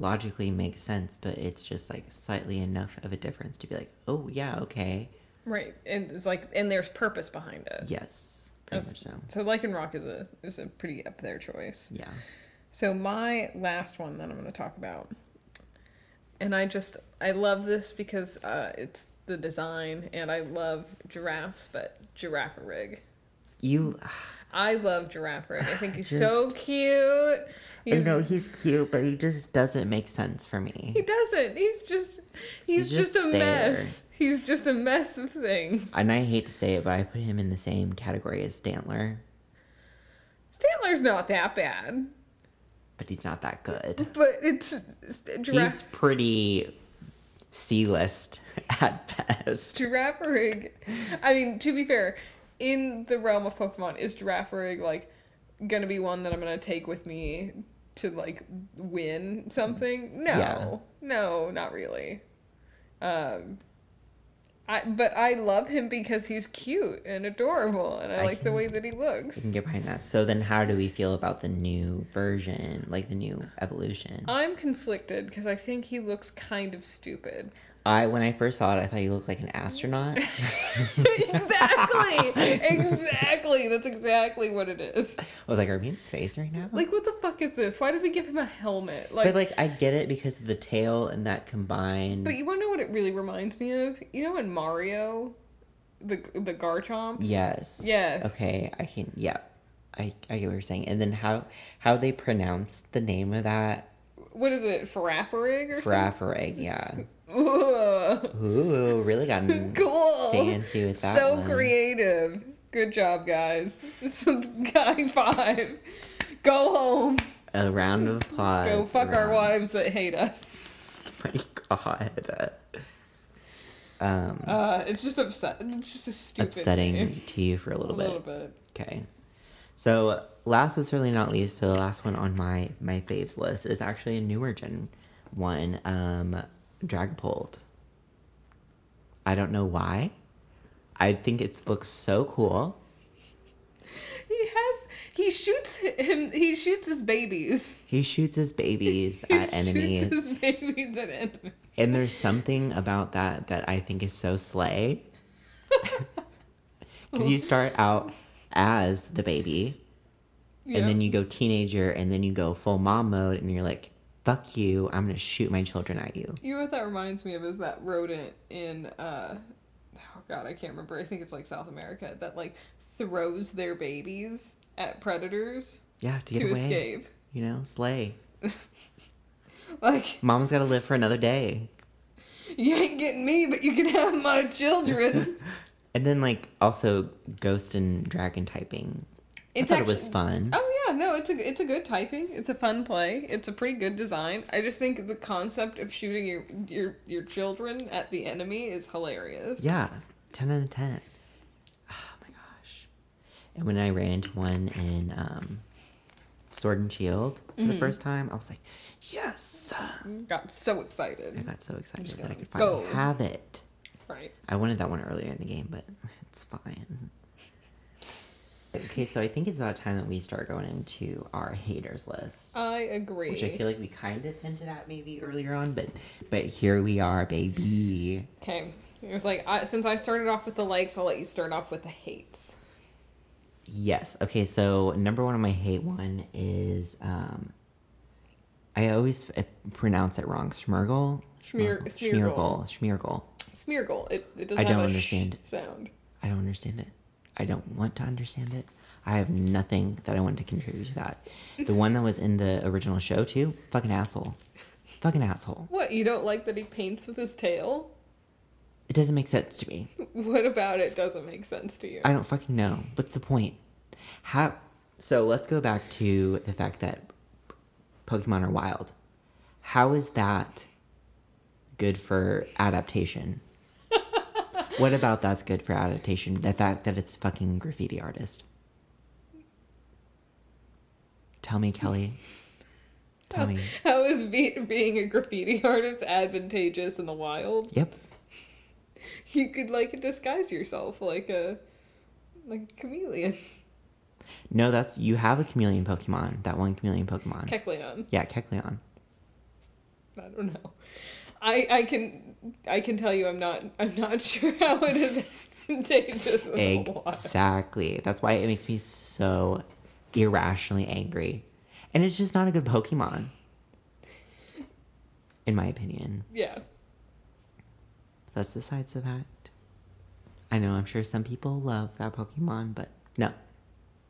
Speaker 2: logically makes sense, but it's just like slightly enough of a difference to be like, oh yeah, okay,
Speaker 1: Right, and it's like and there's purpose behind it.
Speaker 2: yes, pretty
Speaker 1: That's-
Speaker 2: much so.
Speaker 1: So Lycanroc is a is a pretty up there choice.
Speaker 2: Yeah.
Speaker 1: So my last one that I'm going to talk about, and I just I love this because uh, it's the design, and I love giraffes, but giraffe rig.
Speaker 2: You,
Speaker 1: I love giraffe rig. I think he's
Speaker 2: Just-
Speaker 1: so cute.
Speaker 2: I
Speaker 1: He's,
Speaker 2: know he's cute, but he just doesn't make sense for
Speaker 1: he
Speaker 2: me.
Speaker 1: doesn't. He's just he's,
Speaker 2: He's
Speaker 1: just,
Speaker 2: just
Speaker 1: a
Speaker 2: there.
Speaker 1: mess. He's just a mess of things.
Speaker 2: And I hate to say it, but I put him in the same category as Stantler,
Speaker 1: Stantler's not that bad,
Speaker 2: but he's not that good.
Speaker 1: but it's st- giraffe.
Speaker 2: He's pretty C list at best.
Speaker 1: Giraffe rig. I mean, to be fair, in the realm of Pokemon, is giraffe rig like gonna be one that I'm gonna take with me to like win something? No,
Speaker 2: Yeah.
Speaker 1: no, not really. Um, I but I love him because he's cute and adorable, and I,
Speaker 2: I
Speaker 1: like the way that he looks.
Speaker 2: can get behind that. So then, how do we feel about the new version, like the new evolution?
Speaker 1: I'm conflicted because I think he looks kind of stupid.
Speaker 2: I when I first saw it, I thought you looked like an astronaut.
Speaker 1: exactly, exactly. That's exactly what it is.
Speaker 2: I was like, are we in space right now?
Speaker 1: Like, what the fuck is this? Why did we give him a helmet? Like, but,
Speaker 2: but like, I get it because of the tail and that combined.
Speaker 1: you want to know what it really reminds me of? You know, in Mario, the the Garchomp.
Speaker 2: Yes.
Speaker 1: Yes.
Speaker 2: Okay, I can. Yeah, I I get what you're saying. And then how how they pronounce the name of that
Speaker 1: What is it, Farafarig or
Speaker 2: Faraffareg? Yeah.
Speaker 1: something? Ugh.
Speaker 2: Ooh, really gotten
Speaker 1: Cool.
Speaker 2: fancy with that.
Speaker 1: so
Speaker 2: one.
Speaker 1: creative. Good job, guys. This is guy five. Go home.
Speaker 2: A round of applause.
Speaker 1: Go fuck our
Speaker 2: around.
Speaker 1: wives that hate us.
Speaker 2: My God. Um,
Speaker 1: Uh, it's just upset. It's just a stupid. name.
Speaker 2: upsetting to you for a
Speaker 1: A
Speaker 2: little bit.
Speaker 1: little bit.
Speaker 2: Okay. So last but certainly not least, so the last one on my my faves list is actually a newer gen one, um, Dragapult. I don't know why. I think it looks so cool.
Speaker 1: He has. He shoots him. He shoots his babies.
Speaker 2: He shoots his babies
Speaker 1: He
Speaker 2: at enemies,
Speaker 1: Shoots his babies at enemies.
Speaker 2: and there's something about that that I think is so slay. Because you start out as the baby, and then you go teenager and then you go full mom mode and you're like fuck you i'm gonna shoot my children at you
Speaker 1: You know what that reminds me of is that rodent in. uh Oh God, I can't remember. I think it's like South America that like throws their babies at predators
Speaker 2: yeah to get
Speaker 1: to
Speaker 2: away
Speaker 1: escape.
Speaker 2: you know slay
Speaker 1: Like
Speaker 2: mom's gotta live for another day
Speaker 1: you ain't getting me, but you can have my children.
Speaker 2: and then like also ghost and dragon typing
Speaker 1: It's
Speaker 2: i thought it was
Speaker 1: actually-
Speaker 2: fun
Speaker 1: Oh yeah, no, it's a it's a good typing. It's a fun play. It's a pretty good design. I just think the concept of shooting your your your children at the enemy is hilarious.
Speaker 2: yeah 10 out of 10 oh my gosh and when i ran into one in um sword and shield for
Speaker 1: Mm-hmm.
Speaker 2: the first time i was like yes
Speaker 1: Got so
Speaker 2: I
Speaker 1: excited.
Speaker 2: got so excited
Speaker 1: just
Speaker 2: that I
Speaker 1: gonna
Speaker 2: could finally
Speaker 1: go.
Speaker 2: have it.
Speaker 1: Right.
Speaker 2: I wanted that one earlier in the game, but it's fine. Okay, so I think it's about time that we start going into our haters list.
Speaker 1: I agree.
Speaker 2: which I feel like we kind of hinted at maybe earlier on, but but here we are, baby.
Speaker 1: okay. It was like I, since I started off with the likes, I'll let you start off with the hates.
Speaker 2: Yes. Okay. So number one on my hate one is um, I always f- eh, pronounce it wrong. Uh, Smirgle.
Speaker 1: Schmear-
Speaker 2: Schmirgle. Schmirgle.
Speaker 1: Smeargle. It it doesn't.
Speaker 2: I
Speaker 1: have
Speaker 2: don't
Speaker 1: a sh
Speaker 2: understand.
Speaker 1: sound.
Speaker 2: I don't understand it. I don't want to understand it. I have nothing that I want to contribute to that. The one that was in the original show too. Fucking asshole. Fucking asshole.
Speaker 1: What you don't like that he paints with his tail?
Speaker 2: It doesn't make sense to me.
Speaker 1: What about it doesn't make sense to you?
Speaker 2: I don't fucking know. What's the point? How? So let's go back to the fact that Pokemon are wild. How is that good for adaptation? what about that's good for adaptation? The fact that it's fucking graffiti artist. Tell me, Kelly. Tell me.
Speaker 1: How is be- being a graffiti artist advantageous in the wild?
Speaker 2: Yep.
Speaker 1: You could like disguise yourself like a like a chameleon.
Speaker 2: No, that's you have a chameleon Pokemon. That one chameleon Pokemon.
Speaker 1: Kecleon.
Speaker 2: yeah, Kecleon.
Speaker 1: I don't know. I I can I can tell you I'm not I'm not sure how it is advantageous in the wild.
Speaker 2: Exactly. That's why it makes me so irrationally angry. And it's just not a good Pokemon. In my opinion.
Speaker 1: Yeah.
Speaker 2: That's besides the fact. I know I'm sure some people love that Pokemon, but no.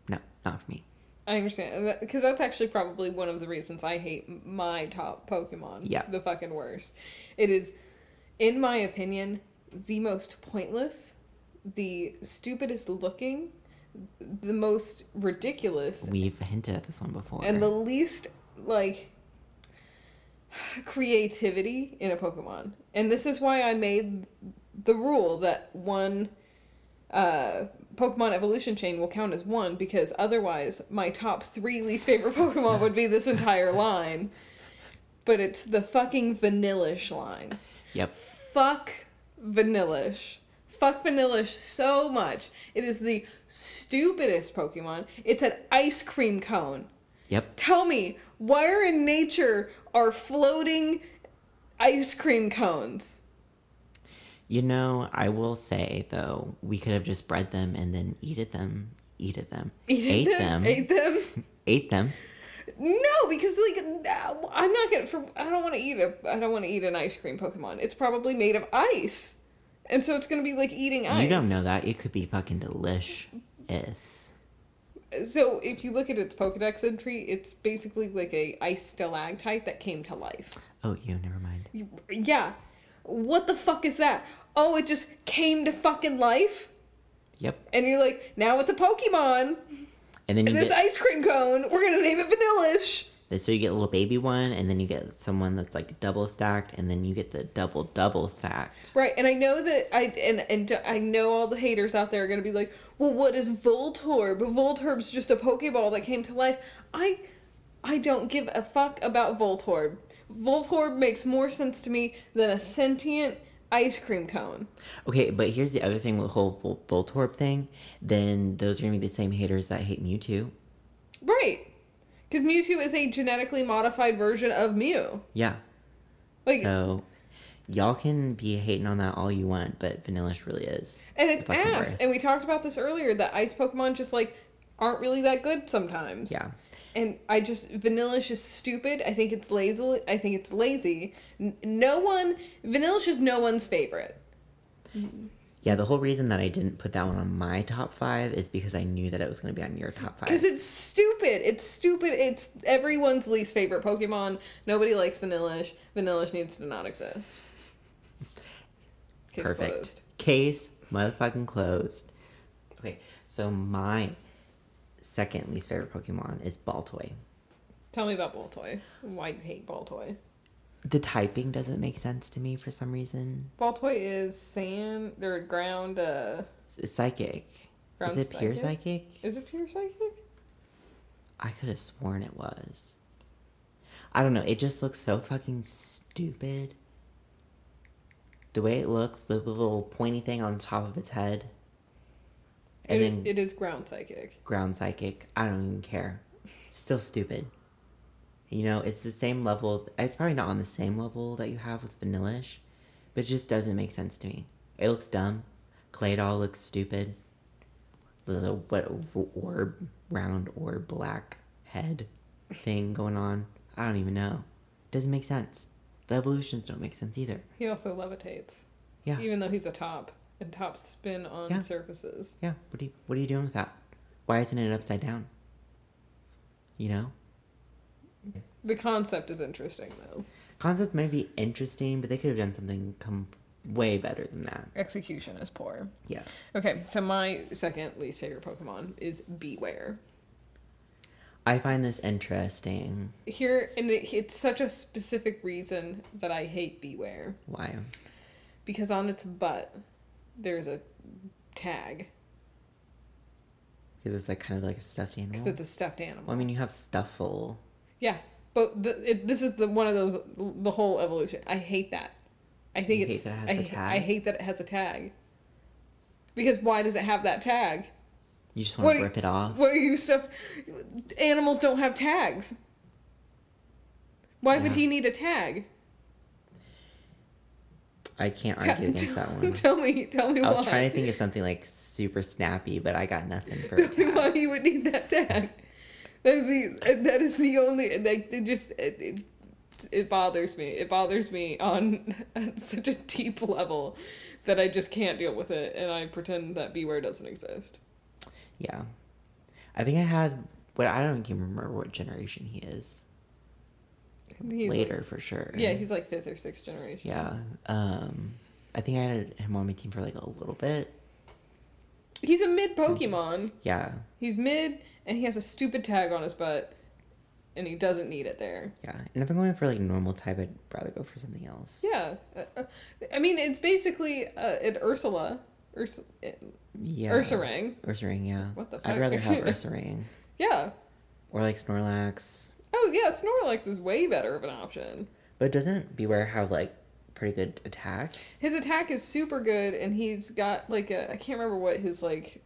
Speaker 2: No, not for me.
Speaker 1: I understand because that's actually probably one of the reasons I hate my top Pokemon.
Speaker 2: Yeah.
Speaker 1: the fucking worst. It is, in my opinion, the most pointless, the stupidest looking, the most ridiculous,
Speaker 2: We've hinted at this one before.
Speaker 1: and the least like creativity in a Pokemon. And this is why I made the rule that one uh, Pokemon evolution chain will count as one because otherwise my top three least favorite Pokemon would be this entire line. But it's the fucking vanillish line.
Speaker 2: Yep.
Speaker 1: Fuck vanillish. Fuck vanillish so much. It is the stupidest Pokemon. It's an ice cream cone
Speaker 2: Yep.
Speaker 1: tell me where in nature are floating ice cream cones
Speaker 2: You know, I will say though, we could have just bred them and then eated them. Eated them. ate them.
Speaker 1: ate them
Speaker 2: ate them.
Speaker 1: no because like no, i'm not gonna for i don't want to eat a i don't want to eat an ice cream pokemon it's probably made of ice and so it's gonna be like eating ice
Speaker 2: You don't know that. It could be fucking delicious.
Speaker 1: so if you look at its pokedex entry it's basically like a ice stalactite that came to life
Speaker 2: Oh, you never mind.
Speaker 1: You- yeah what the fuck is that oh it just came to fucking life
Speaker 2: Yep.
Speaker 1: and you're like now it's a pokemon
Speaker 2: And then you
Speaker 1: this
Speaker 2: get
Speaker 1: ice cream cone, we're gonna name it Vanillish.
Speaker 2: so you get a little baby one, and then you get someone that's like double stacked, and then you get the double double stacked.
Speaker 1: Right, and I know that I and and I know all the haters out there are gonna be like, well, what is Voltorb? Voltorb's just a Pokeball that came to life. I, I don't give a fuck about Voltorb. Voltorb makes more sense to me than a sentient ice cream cone.
Speaker 2: Okay, but here's the other thing with the whole Vol- Voltorb thing. Then those are gonna be the same haters that hate Mewtwo.
Speaker 1: Right, because Mewtwo is a genetically modified version of Mew.
Speaker 2: Yeah.
Speaker 1: Like,
Speaker 2: so y'all can be hating on that all you want, but Vanillish really is.
Speaker 1: and
Speaker 2: the
Speaker 1: it's
Speaker 2: fucking
Speaker 1: ass.
Speaker 2: worst.
Speaker 1: And we talked about this earlier that ice Pokemon just like aren't really that good sometimes.
Speaker 2: yeah.
Speaker 1: and I just Vanillish is stupid. I think it's lazy. I think it's lazy. N- No one Vanillish is no one's favorite.
Speaker 2: Yeah, the whole reason that I didn't put that one on my top five is because I knew that it was gonna be on your top five.
Speaker 1: Because it's stupid. It's stupid. It's everyone's least favorite Pokemon. Nobody likes Vanillish. Vanillish needs to not exist. Case
Speaker 2: Perfect.
Speaker 1: closed.
Speaker 2: Case motherfucking closed. Okay, so my second least favorite Pokemon is Baltoy.
Speaker 1: Tell me about Boltoy. Why you hate Boltoy?
Speaker 2: The typing doesn't make sense to me for some reason.
Speaker 1: Boltoy is sand or ground. Uh,
Speaker 2: It's, it's psychic.
Speaker 1: ground
Speaker 2: is it pure
Speaker 1: psychic?
Speaker 2: psychic?
Speaker 1: Is it pure psychic?
Speaker 2: I could have sworn it was. I don't know. It just looks so fucking stupid. the way it looks, the, the little pointy thing on top of its head,
Speaker 1: It,
Speaker 2: and then
Speaker 1: it is ground psychic.
Speaker 2: ground psychic. I don't even care. Still stupid. You know, it's the same level. It's probably not on the same level that you have with vanillish, but it just doesn't make sense to me. It looks dumb. Clay doll looks stupid. The little what orb, round or black head thing going on. I don't even know. Doesn't make sense. The evolutions don't make sense either.
Speaker 1: He also levitates.
Speaker 2: Yeah.
Speaker 1: Even though he's a top and tops spin on
Speaker 2: Yeah.
Speaker 1: surfaces.
Speaker 2: Yeah. What are you What are you doing with that? Why isn't it upside down? You know.
Speaker 1: The concept is interesting though.
Speaker 2: concept might be interesting, but they could have done something come way better than that.
Speaker 1: Execution is poor.
Speaker 2: Yes.
Speaker 1: Okay, so my second least favorite Pokemon is Beware.
Speaker 2: I find this interesting.
Speaker 1: Here, and it, it's such a specific reason that I hate Beware
Speaker 2: Why?
Speaker 1: because on its butt there's a tag
Speaker 2: Because it's like kind of like a stuffed animal.
Speaker 1: because it's a stuffed animal.
Speaker 2: well, I mean, you have stuffle.
Speaker 1: Yeah, but the, it, this is the one of those the whole evolution. I hate that. I think
Speaker 2: You hate
Speaker 1: it's
Speaker 2: that it
Speaker 1: I,
Speaker 2: has the
Speaker 1: ha-
Speaker 2: tag?
Speaker 1: I hate that it has a tag. Because why does it have that tag?
Speaker 2: You just
Speaker 1: What
Speaker 2: want
Speaker 1: do
Speaker 2: to
Speaker 1: you-
Speaker 2: rip it off.
Speaker 1: What are you stuff? Animals don't have tags. Why would
Speaker 2: Yeah.
Speaker 1: he need a tag?
Speaker 2: I can't
Speaker 1: Te-
Speaker 2: argue against that one.
Speaker 1: tell me, tell me
Speaker 2: I
Speaker 1: why.
Speaker 2: was trying to think of something like super snappy, but I got nothing for a
Speaker 1: Tell me
Speaker 2: tag.
Speaker 1: why he would need that tag. That is the that is the only like it just it, it, it bothers me. It bothers me on such a deep level that I just can't deal with it, and I pretend that beware doesn't exist.
Speaker 2: Yeah. I think I had what I don't even remember what generation he is.
Speaker 1: He's like-
Speaker 2: Later for sure.
Speaker 1: yeah, he's like fifth or sixth generation.
Speaker 2: yeah. Um, I think I had him on my team for like a little bit.
Speaker 1: He's a mid Pokemon.
Speaker 2: Yeah.
Speaker 1: He's mid, and he has a stupid tag on his butt, and he doesn't need it there.
Speaker 2: Yeah, and if I'm going for like normal type, I'd rather go for something else.
Speaker 1: Yeah, Uh, uh, I mean it's basically uh, an Ursula, Urs- uh,
Speaker 2: Yeah.
Speaker 1: Ursaring.
Speaker 2: Ursaring, yeah.
Speaker 1: What the
Speaker 2: I'd
Speaker 1: fuck?
Speaker 2: rather have Ursaring.
Speaker 1: Yeah.
Speaker 2: Or like Snorlax.
Speaker 1: Oh yeah, Snorlax is way better of an option.
Speaker 2: But doesn't Beware have like pretty good attack?
Speaker 1: His attack is super good, and he's got like a I can't remember what his like.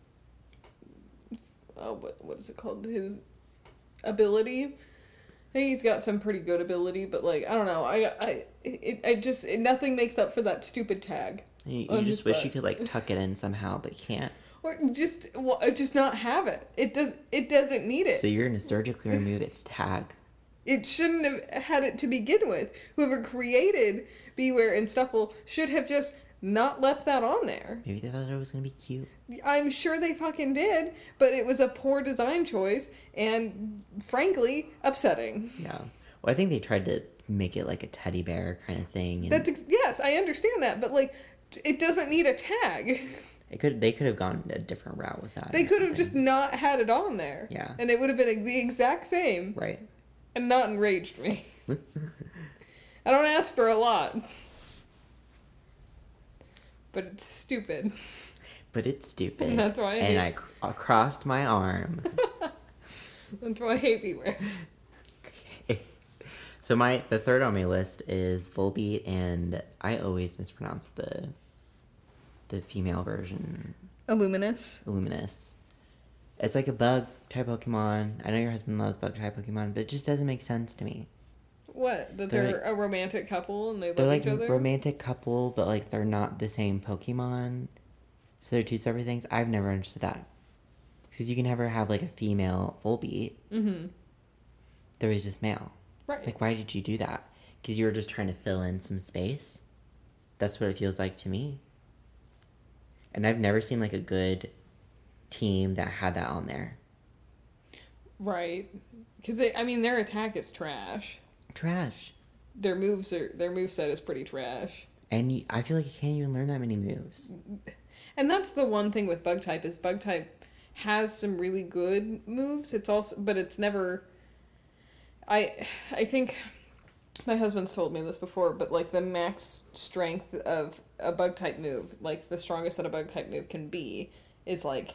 Speaker 1: Oh, what what is it called? His ability. I think he's got some pretty good ability, but like I don't know. I I it, I just it, nothing makes up for that stupid tag,
Speaker 2: And You, you
Speaker 1: On his
Speaker 2: just wish you
Speaker 1: butt.
Speaker 2: could like tuck it in somehow, but can't.
Speaker 1: or just well, just not have it. It does it doesn't need it.
Speaker 2: So you're gonna surgically remove its tag.
Speaker 1: It shouldn't have had it to begin with. Whoever created Beware and Stuffle should have just not left that on there.
Speaker 2: Maybe they thought it was gonna be cute.
Speaker 1: I'm sure they fucking did, but it was a poor design choice and frankly upsetting.
Speaker 2: Yeah. Well, I think they tried to make it like a teddy bear kind of thing. And
Speaker 1: That's ex- yes, I understand that, but like t- it doesn't need a tag.
Speaker 2: it could they could have gone a different route with that.
Speaker 1: They
Speaker 2: or
Speaker 1: could have just
Speaker 2: something.
Speaker 1: not had it on there.
Speaker 2: Yeah.
Speaker 1: And it would have been the exact same
Speaker 2: right.
Speaker 1: and not enraged me. I don't ask for a lot. But it's stupid.
Speaker 2: But it's stupid.
Speaker 1: That's why I hate-
Speaker 2: and I, cr- I crossed my arms.
Speaker 1: That's why I hate Beware.
Speaker 2: so my the third on my list is Volbeat, and I always mispronounce the the female version,
Speaker 1: Illuminous.
Speaker 2: Illuminus. It's like a bug type Pokemon. I know your husband loves bug type Pokemon, but it just doesn't make sense to me.
Speaker 1: What? That
Speaker 2: They're
Speaker 1: they're, a romantic couple and they
Speaker 2: They're
Speaker 1: love
Speaker 2: like
Speaker 1: each other?
Speaker 2: romantic couple, but like they're not the same Pokemon. So they're two separate things. I've never understood that. Because you can never have like a female Volbeat.
Speaker 1: mm-hmm.
Speaker 2: There is just male.
Speaker 1: Right.
Speaker 2: Like, why did you do that? Because you were just trying to fill in some space. That's what it feels like to me. And I've never seen like a good team that had that on there.
Speaker 1: Right. Because they, I mean, their attack is trash.
Speaker 2: Trash.
Speaker 1: Their moves are their moveset is pretty trash.
Speaker 2: And you, I feel like you can't even learn that many moves.
Speaker 1: And that's the one thing with bug type is bug type has some really good moves. It's also but it's never I I think my husband's told me this before, but like the max strength of a bug type move, like the strongest that a bug type move can be is like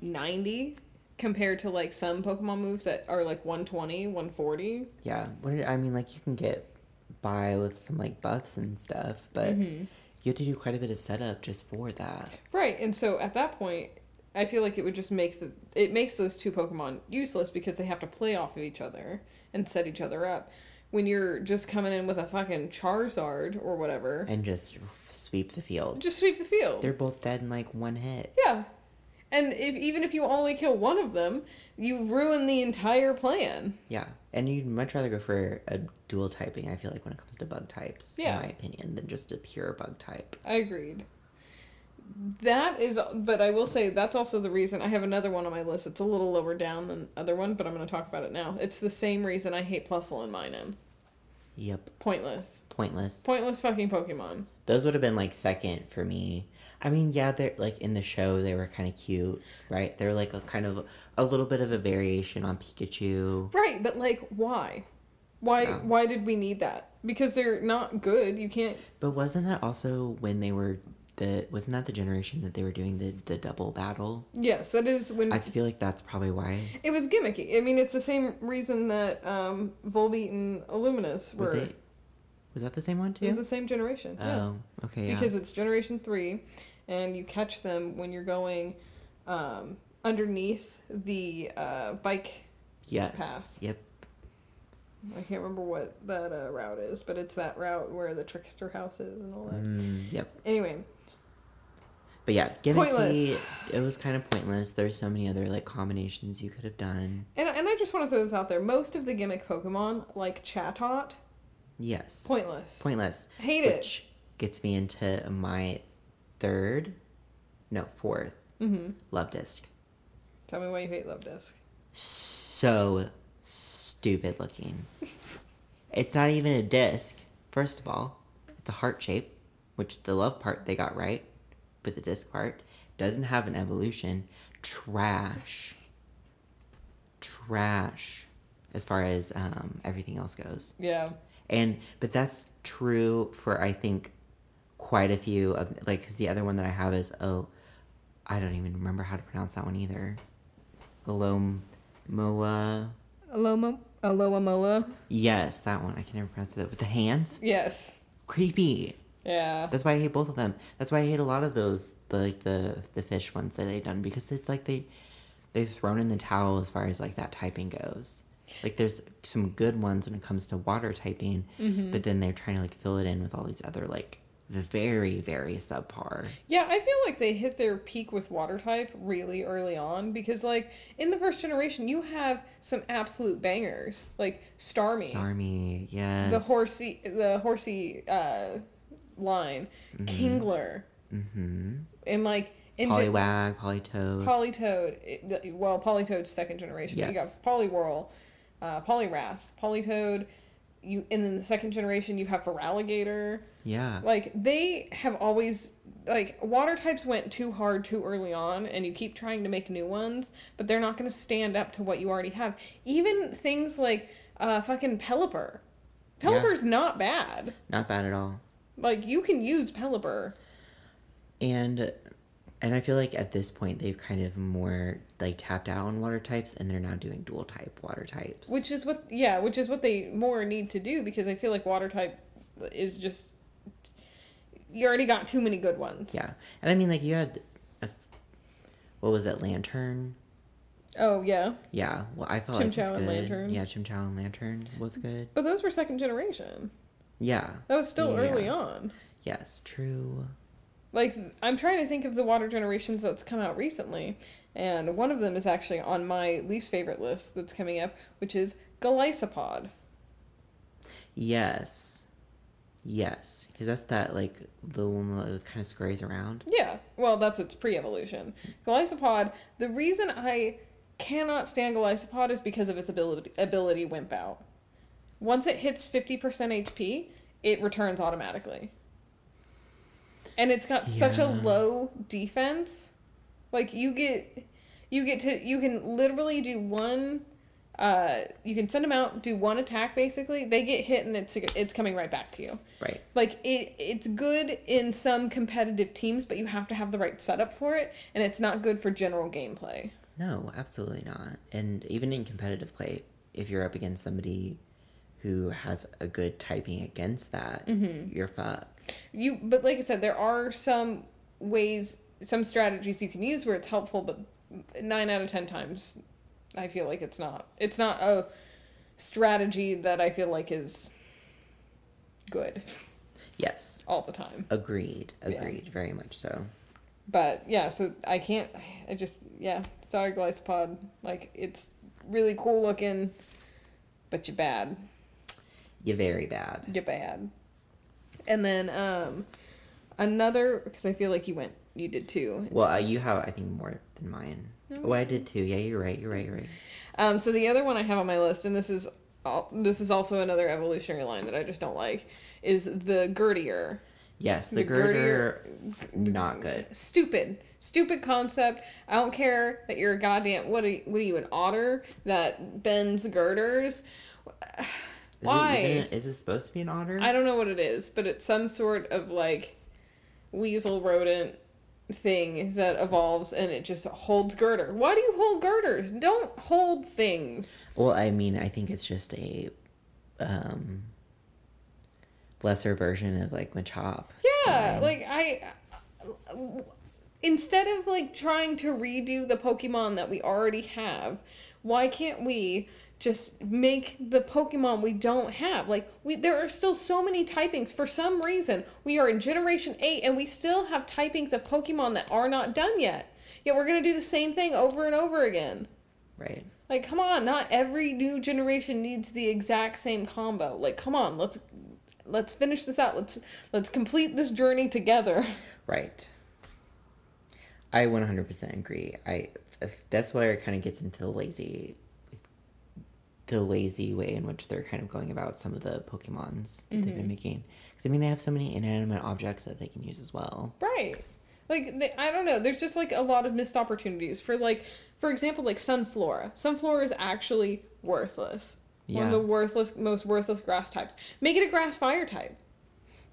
Speaker 1: 90 compared to like some Pokemon moves that are like 120, 140.
Speaker 2: Yeah. What did, I mean, like you can get by with some like buffs and stuff, but you have to do quite a bit of setup just for that.
Speaker 1: Right, and so at that point, I feel like it would just make the it makes those two Pokemon useless because they have to play off of each other and set each other up. When you're just coming in with a fucking Charizard or whatever,
Speaker 2: and just sweep the field.
Speaker 1: just sweep the field.
Speaker 2: They're both dead in like one hit.
Speaker 1: Yeah, and if even if you only kill one of them, you ruin the entire plan.
Speaker 2: Yeah, and you'd much rather go for a dual typing. I feel like when it comes to bug types,
Speaker 1: Yeah.
Speaker 2: in my opinion, than just a pure bug type.
Speaker 1: I agreed. That is, but I will say that's also the reason I have another one on my list. It's a little lower down than the other one, but I'm going to talk about it now. It's the same reason I hate Plusle and Minun.
Speaker 2: Yep,
Speaker 1: Pointless.
Speaker 2: pointless.
Speaker 1: Pointless fucking Pokemon.
Speaker 2: Those would have been like second for me. I mean, yeah, they're like in the show they were kind of cute, right? They're like a kind of a little bit of a variation on Pikachu.
Speaker 1: Right, but like, why? Why?
Speaker 2: Yeah.
Speaker 1: Why did we need that? Because they're not good. You can't.
Speaker 2: But wasn't that also when they were the wasn't that the generation that they were doing the the double battle?
Speaker 1: Yes, that is when
Speaker 2: I feel like that's probably why.
Speaker 1: it was gimmicky. I mean, it's the same reason that um, Volbeat and Illuminus
Speaker 2: Were
Speaker 1: were.
Speaker 2: they, was that the same one
Speaker 1: It was
Speaker 2: too?
Speaker 1: the same generation. yeah.
Speaker 2: Oh, okay, yeah.
Speaker 1: because it's generation three and you catch them when you're going um, underneath the uh, bike
Speaker 2: yes.
Speaker 1: path.
Speaker 2: Yep.
Speaker 1: i can't remember what that uh, route is but it's that route where the trickster house is and all that
Speaker 2: Mm, yep.
Speaker 1: anyway
Speaker 2: But yeah, gimmicky.
Speaker 1: Pointless.
Speaker 2: It was kind of pointless. There's so many other like combinations you could have done.
Speaker 1: and, and i just want to throw this out there most of the gimmick pokemon like chatot
Speaker 2: Yes.
Speaker 1: pointless
Speaker 2: Pointless.
Speaker 1: hate it
Speaker 2: which gets me into my third, no fourth
Speaker 1: hmm
Speaker 2: love disc.
Speaker 1: tell me why you hate love disc
Speaker 2: So stupid looking. it's not even a disc. First of all, it's a heart shape, which the love part they got right, but the disc part doesn't have an evolution. Trash. Trash. As far as um, everything else goes.
Speaker 1: yeah
Speaker 2: and but that's true for i think quite a few of like because the other one that i have is oh i don't even remember how to pronounce that one either Alomoa.
Speaker 1: aloma aloha mola
Speaker 2: yes that one i can never pronounce it with the hands
Speaker 1: yes
Speaker 2: creepy
Speaker 1: yeah
Speaker 2: that's why i hate both of them that's why i hate a lot of those the like the the fish ones that they've done because it's like they they've thrown in the towel as far as like that typing goes like there's some good ones when it comes to water typing
Speaker 1: Mm-hmm.
Speaker 2: but then they're trying to like fill it in with all these other like very very subpar
Speaker 1: Yeah, I feel like they hit their peak with water type really early on because, like, in the first generation, you have some absolute bangers like Starmie,
Speaker 2: Starmie, yes
Speaker 1: the horsey, the horsey uh, line, Kingler,
Speaker 2: mm-hmm
Speaker 1: and like in gen-
Speaker 2: polywag polytoad
Speaker 1: Polytoad. it- well, Polytoad's second generation. But you
Speaker 2: Yes.
Speaker 1: got Poliwhirl, uh, Poliwrath, Polytoad. You and then the second generation, you have Feraligatr.
Speaker 2: yeah
Speaker 1: Like they have always like water types went too hard too early on and you keep trying to make new ones, but they're not going to stand up to what you already have. Even things like uh fucking Pelipper.
Speaker 2: Yeah.
Speaker 1: Pelipper's not bad.
Speaker 2: not bad at all
Speaker 1: Like you can use Pelipper.
Speaker 2: and and i feel like at this point they've kind of more like tapped out on water types and they're now doing dual type water types
Speaker 1: Which is what, yeah, which is what they more need to do because I feel like water type is just you already got too many good ones.
Speaker 2: yeah and i mean like you had a, what was it lantern
Speaker 1: Oh yeah,
Speaker 2: yeah well i felt like it was
Speaker 1: Chimchar
Speaker 2: good
Speaker 1: and Lantern.
Speaker 2: yeah chimchow and lantern was good
Speaker 1: but those were second generation.
Speaker 2: yeah
Speaker 1: That was still
Speaker 2: Yeah.
Speaker 1: early on.
Speaker 2: yes true
Speaker 1: Like I'm trying to think of the water generations that's come out recently, and one of them is actually on my least favorite list that's coming up, which is Galysopod.
Speaker 2: yes yes because that's that like the one that kind of scurries around
Speaker 1: Yeah, well that's its pre-evolution. Galysopod. The reason I cannot stand Galysopod is because of its ability ability wimp out. Once it hits 50% HP, it returns automatically. And it's got such a
Speaker 2: Yeah.
Speaker 1: low defense. Like you get you get to you can literally do one uh you can send them out, do one attack basically. They get hit and it's it's coming right back to you
Speaker 2: right
Speaker 1: like it it's good in some competitive teams but you have to have the right setup for it and it's not good for general gameplay
Speaker 2: no absolutely not and even in competitive play if you're up against somebody who has a good typing against that,
Speaker 1: Mm-hmm.
Speaker 2: you're fucked.
Speaker 1: you but like i said there are some ways some strategies you can use where it's helpful but nine out of ten times i feel like it's not it's not a strategy that i feel like is good
Speaker 2: Yes.
Speaker 1: all the time
Speaker 2: Agreed.
Speaker 1: Yeah.
Speaker 2: Agreed. Very much so.
Speaker 1: but yeah so i can't i just yeah sorry glycopod like it's really cool looking but you're bad
Speaker 2: You're very bad.
Speaker 1: you're bad and then um another because i feel like you went you did too
Speaker 2: Well, uh, you have, I think, more than mine. Oh, I did too. Yeah, you're right. You're right. You're right.
Speaker 1: Um, so the other one I have on my list, and this is all, this is also another evolutionary line that I just don't like, is the girdier.
Speaker 2: Yes, the,
Speaker 1: The
Speaker 2: girder, not good.
Speaker 1: Stupid, stupid concept. I don't care that you're a goddamn what are you, what are you an otter that bends girders?
Speaker 2: Is
Speaker 1: Why?
Speaker 2: It even, is it supposed to be an otter?
Speaker 1: I don't know what it is, but it's some sort of like weasel rodent thing that evolves and it just holds girder. Why do you hold girders? Don't hold things.
Speaker 2: Well, I mean, I think it's just a um, lesser version of like Machop.
Speaker 1: Yeah,
Speaker 2: so-
Speaker 1: like I instead of like trying to redo the Pokemon that we already have, why can't we just make the Pokemon we don't have? Like we there are still so many typings for some reason. We are in generation 8 and we still have typings of Pokemon that are not done yet. Yet we're going to do the same thing over and over again.
Speaker 2: right.
Speaker 1: Like come on, not every new generation needs the exact same combo. Like come on, let's let's finish this out. Let's let's complete this journey together.
Speaker 2: Right. I 100% agree. I that's where it kind of gets into the lazy the lazy way in which they're kind of going about some of the Pokemons that
Speaker 1: Mm-hmm.
Speaker 2: they've been making. Cuz I mean they have so many inanimate objects that they can use as well.
Speaker 1: Right. Like they, I don't know. There's just like a lot of missed opportunities for like, for example, like sunflora. Sunflora is actually worthless. One of
Speaker 2: Yeah.
Speaker 1: the worthless, most worthless grass types. Make it a grass fire type.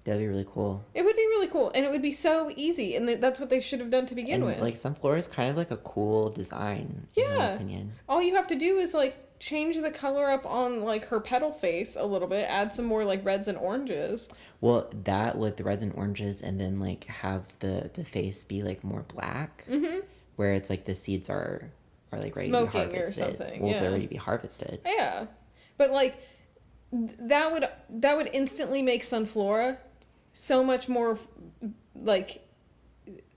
Speaker 2: That'd be really cool.
Speaker 1: It would be really cool, and it would be so easy. And th- that's what they should have done to begin
Speaker 2: And
Speaker 1: with.
Speaker 2: like sunflower is kind of like a cool design in my
Speaker 1: Yeah.
Speaker 2: opinion.
Speaker 1: All you have to do is like change the color up on like her petal face a little bit. Add some more like reds and oranges.
Speaker 2: Well, that with the reds and oranges and then like have the the face be like more black
Speaker 1: Mm-hmm.
Speaker 2: where it's like the seeds are are like ready
Speaker 1: Smoking
Speaker 2: to
Speaker 1: or
Speaker 2: be harvested.
Speaker 1: something,
Speaker 2: Well,
Speaker 1: yeah.
Speaker 2: they're ready to be harvested.
Speaker 1: Yeah, but like th- that would that would instantly make Sunflora so much more like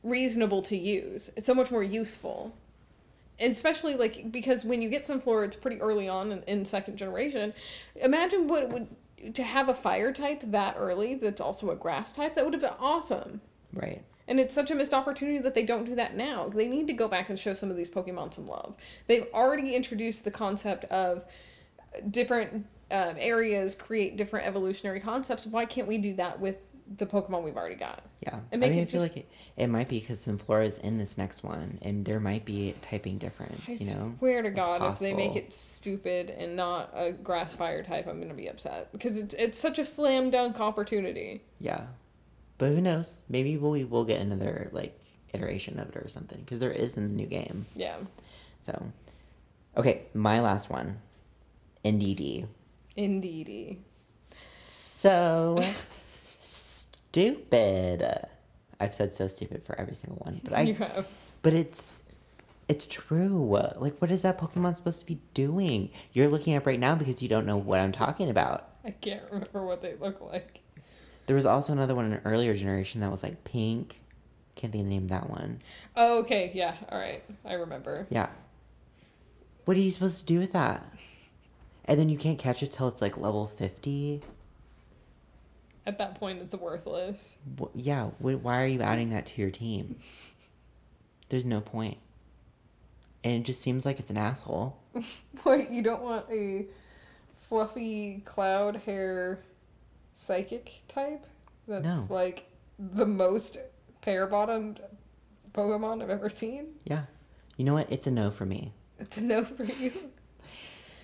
Speaker 1: reasonable to use. It's so much more useful, and especially like because when you get Sunflora, it's pretty early on in, in second generation. Imagine what it would to have a fire type that early. That's also a grass type. That would have been awesome.
Speaker 2: Right.
Speaker 1: And it's such a missed opportunity that they don't do that now. They need to go back and show some of these Pokemon some love. They've already introduced the concept of different um, areas create different evolutionary concepts. Why can't we do that with the Pokemon we've already got?
Speaker 2: Yeah.
Speaker 1: And make
Speaker 2: I mean,
Speaker 1: it
Speaker 2: I feel
Speaker 1: just-
Speaker 2: like it, it might be because Sunflora's in this next one, and there might be a typing difference,
Speaker 1: I
Speaker 2: you know?
Speaker 1: swear to
Speaker 2: It's
Speaker 1: God, if they make
Speaker 2: possible.
Speaker 1: it stupid and not a grass fire type, I'm gonna be upset because it's it's such a slam dunk opportunity.
Speaker 2: Yeah. But who knows? Maybe we will get another, like, iteration of it or something, because there is in the new game.
Speaker 1: Yeah,
Speaker 2: So, okay, my last one NDD.
Speaker 1: indeedy.
Speaker 2: So stupid. I've said so stupid for every single one, but I
Speaker 1: you have
Speaker 2: But it's it's true. Like what is that Pokemon supposed to be doing? You're looking up right now because you don't know what I'm talking about.
Speaker 1: I can't remember what they look like.
Speaker 2: There was also another one in an earlier generation that was like pink. Can't think of the name of that one.
Speaker 1: Oh, okay, yeah, all right, I remember.
Speaker 2: Yeah. What are you supposed to do with that? And then you can't catch it till it's like level fifty.
Speaker 1: At that point, it's worthless.
Speaker 2: Wh- Yeah. Wh- why are you adding that to your team? There's no point. And it just seems like it's an asshole.
Speaker 1: Wait, you don't want a fluffy cloud hair psychic type? That's
Speaker 2: No.
Speaker 1: like the most pear bottomed Pokemon I've ever seen?
Speaker 2: Yeah. You know what? It's a no for me.
Speaker 1: It's a no for you.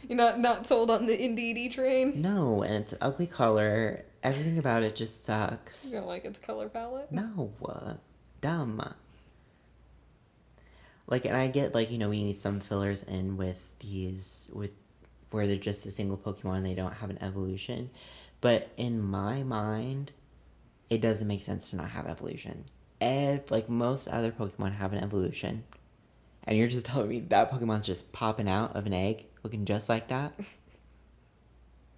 Speaker 1: You're not, not sold on the Indeedee train?
Speaker 2: No, and it's an ugly color. Everything about it just
Speaker 1: You
Speaker 2: sucks.
Speaker 1: don't like its color palette?
Speaker 2: No, uh, dumb. Like, and I get like you know we need some fillers in with these with where they're just a single Pokemon, they don't have an evolution. But in my mind, it doesn't make sense to not have evolution. If like most other Pokemon have an evolution, and you're just telling me that Pokemon's just popping out of an egg, looking just like that. Is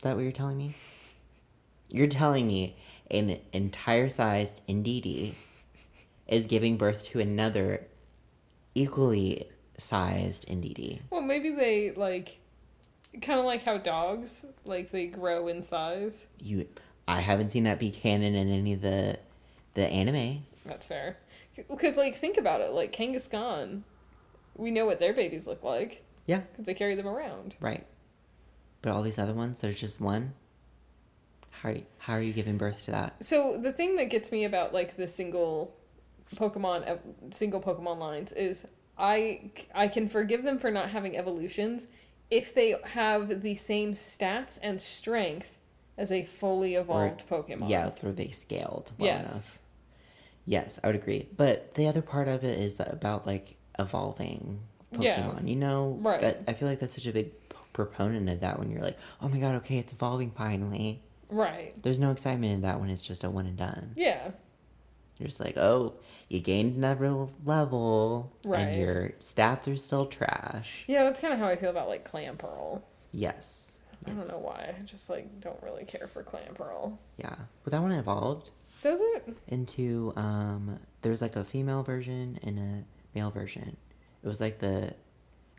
Speaker 2: that what you're telling me? You're telling me an entire sized Ndidi is giving birth to another equally sized Ndidi.
Speaker 1: Well, maybe they like kind of like how dogs like they grow in size.
Speaker 2: You, I haven't seen that be canon in any of the the anime.
Speaker 1: That's fair. Because like think about it, like Kangaskhan, we know what their babies look like
Speaker 2: Yeah,
Speaker 1: because they carry them around.
Speaker 2: right. But all these other ones, there's just one. How are you, how are you giving birth to that?
Speaker 1: So the thing that gets me about like the single Pokemon ev- single Pokemon lines is I I can forgive them for not having evolutions if they have the same stats and strength as a fully evolved Pokemon.
Speaker 2: Yeah, it's where they scaled well
Speaker 1: Yes.
Speaker 2: enough. Yes, I would agree. But the other part of it is about like evolving Pokemon.
Speaker 1: Yeah.
Speaker 2: You know,
Speaker 1: Right.
Speaker 2: That, I feel like that's such a big p- proponent of that when you're like, oh my god, okay, it's evolving finally.
Speaker 1: Right.
Speaker 2: There's no excitement in that when it's just a one and done.
Speaker 1: Yeah.
Speaker 2: You're just like, oh, you gained another level,
Speaker 1: Right.
Speaker 2: and your stats are still trash.
Speaker 1: Yeah, that's kind of how I feel about like Clamperl.
Speaker 2: Yes.
Speaker 1: I don't
Speaker 2: Yes.
Speaker 1: know why. I just like don't really care for Clamperl.
Speaker 2: Yeah, but that one evolved
Speaker 1: Does it?
Speaker 2: into um. There's like a female version and a male version. It was like the, it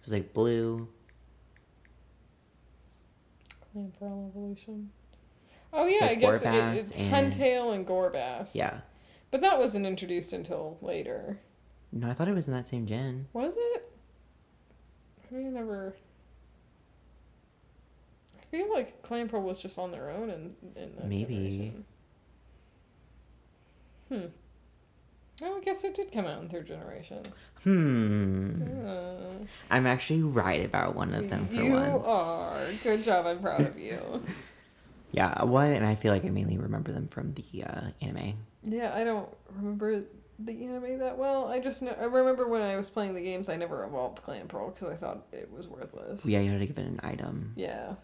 Speaker 2: was like blue,
Speaker 1: Clamperl evolution. Oh yeah,
Speaker 2: like
Speaker 1: I guess it,
Speaker 2: Gorbass
Speaker 1: it's
Speaker 2: and-
Speaker 1: Huntail and Gorbass.
Speaker 2: Yeah.
Speaker 1: But that wasn't introduced until later.
Speaker 2: No, I thought it was in that same gen.
Speaker 1: Was it? I mean, I never. I feel like Clamperl was just on their own and in that
Speaker 2: Maybe.
Speaker 1: generation. Hmm. Oh, I guess it did come out in third generation.
Speaker 2: Hmm.
Speaker 1: Uh,
Speaker 2: I'm actually right about one of them for
Speaker 1: you
Speaker 2: once.
Speaker 1: are good job. I'm proud of you.
Speaker 2: Yeah, why? And I feel like I mainly remember them from the uh, anime.
Speaker 1: yeah, I don't remember the anime that well. I just know, I remember when I was playing the games, I never evolved Clamperl because I thought it was worthless.
Speaker 2: Yeah, you had to give it an item.
Speaker 1: yeah.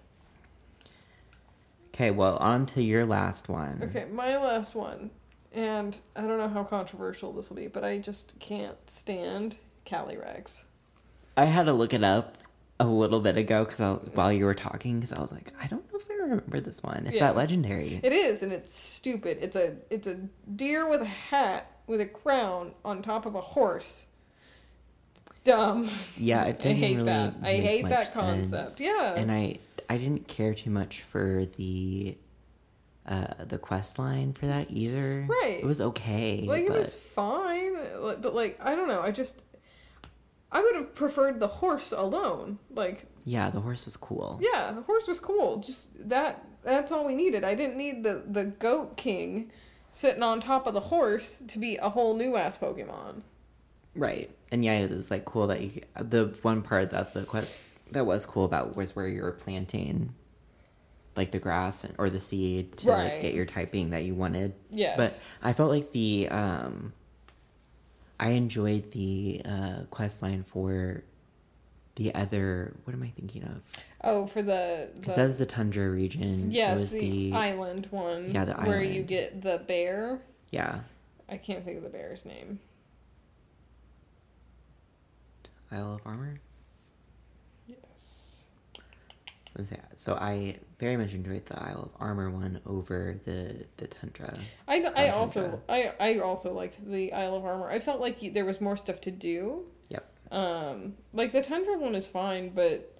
Speaker 2: Okay, well, on to your last one.
Speaker 1: Okay, my last one, and I don't know how controversial this will be, but I just can't stand Calyrex.
Speaker 2: I had to look it up a little bit ago because while you were talking, because I was like, I don't know if I remember this one. It's
Speaker 1: Yeah.
Speaker 2: that legendary.
Speaker 1: It is, and it's stupid. It's a it's a deer with a hat with a crown on top of a horse. Dumb.
Speaker 2: Yeah, it didn't
Speaker 1: hate
Speaker 2: really
Speaker 1: that. I
Speaker 2: make
Speaker 1: hate
Speaker 2: much
Speaker 1: that concept.
Speaker 2: sense.
Speaker 1: Yeah.
Speaker 2: and I I didn't care too much for the uh the quest line for that either.
Speaker 1: Right.
Speaker 2: it was okay.
Speaker 1: Like
Speaker 2: but
Speaker 1: it was fine, like- but like I don't know. I just I would have preferred the horse alone. Like
Speaker 2: yeah, the horse was cool.
Speaker 1: Yeah, the horse was cool. Just that that's all we needed. I didn't need the the goat king sitting on top of the horse to be a whole new ass Pokemon.
Speaker 2: Right, and yeah, it was like cool that you could- the one part that the quest that was cool about was where you were planting like the grass and, or the seed to like,
Speaker 1: Right.
Speaker 2: get your typing that you wanted.
Speaker 1: Yes.
Speaker 2: But I felt like the um I enjoyed the uh quest line for the other what am I thinking of?
Speaker 1: oh, for the,
Speaker 2: Because that
Speaker 1: the
Speaker 2: was the tundra region. It
Speaker 1: yes,
Speaker 2: was
Speaker 1: the, island one.
Speaker 2: Yeah, the
Speaker 1: where you
Speaker 2: island.
Speaker 1: get the bear.
Speaker 2: Yeah.
Speaker 1: I can't think of the bear's name.
Speaker 2: Isle of Armor.
Speaker 1: Yes.
Speaker 2: Was that. So I very much enjoyed the Isle of Armor one over the the tundra.
Speaker 1: I, I
Speaker 2: Tundra.
Speaker 1: also I, I also liked the Isle of Armor. I felt like you, there was more stuff to do.
Speaker 2: Yep.
Speaker 1: Um, like the Tundra one is fine, but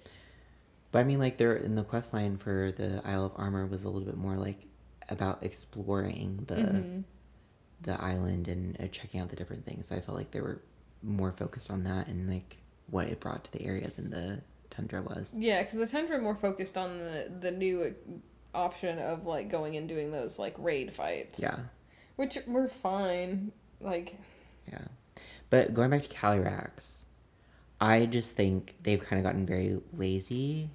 Speaker 2: But I mean like there in the quest line for the Isle of Armor was a little bit more like about exploring the
Speaker 1: mhm.
Speaker 2: the island and uh, checking out the different things. So I felt like they were more focused on that and like what it brought to the area than the tundra was.
Speaker 1: Yeah, because the Tundra more focused on the the new uh, option of like going and doing those like raid fights.
Speaker 2: Yeah,
Speaker 1: which were fine. Like
Speaker 2: yeah. But going back to Calyrax, I just think they've kind of gotten very lazy.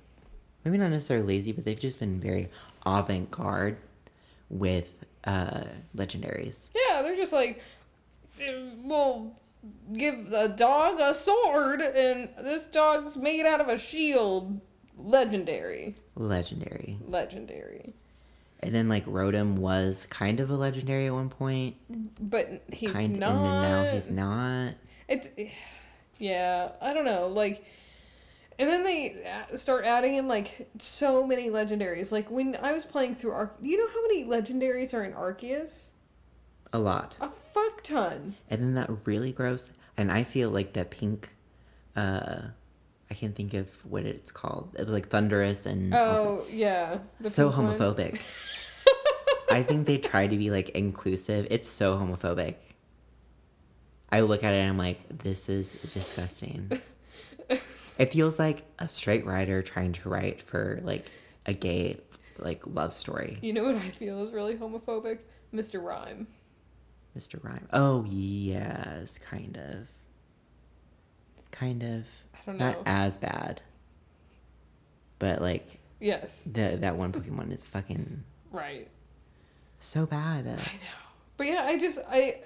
Speaker 2: Maybe not necessarily lazy, but they've just been very avant-garde with uh, legendaries.
Speaker 1: yeah, they're just like eh, we'll give a dog a sword, and this dog's made out of a shield. legendary,
Speaker 2: Legendary.
Speaker 1: legendary.
Speaker 2: And then like Rotom was kind of a legendary at one point.
Speaker 1: But he's
Speaker 2: kind
Speaker 1: not.
Speaker 2: and then now he's not.
Speaker 1: It's yeah, I don't know, like and then they a- start adding in like so many legendaries. Like when I was playing through Arc, you know how many legendaries are in Arceus?
Speaker 2: A lot.
Speaker 1: A fuck ton.
Speaker 2: And then that really gross and I feel like that pink uh I can't think of what it's called. It was like thunderous and all
Speaker 1: Oh yeah,
Speaker 2: that- so
Speaker 1: pink one.
Speaker 2: homophobic. I think they try to be like inclusive. It's so homophobic. I look at it and I'm like, this is disgusting. it feels like a straight writer trying to write for like a gay like love story.
Speaker 1: You know what I feel is really homophobic, Mr. Rhyme.
Speaker 2: Mr. Rhyme. Oh yes, kind of. Kind of.
Speaker 1: I don't
Speaker 2: Not
Speaker 1: know.
Speaker 2: as bad. But like
Speaker 1: Yes,
Speaker 2: the that one Pokemon is fucking
Speaker 1: right.
Speaker 2: so bad. Uh,
Speaker 1: I know. But yeah, I just I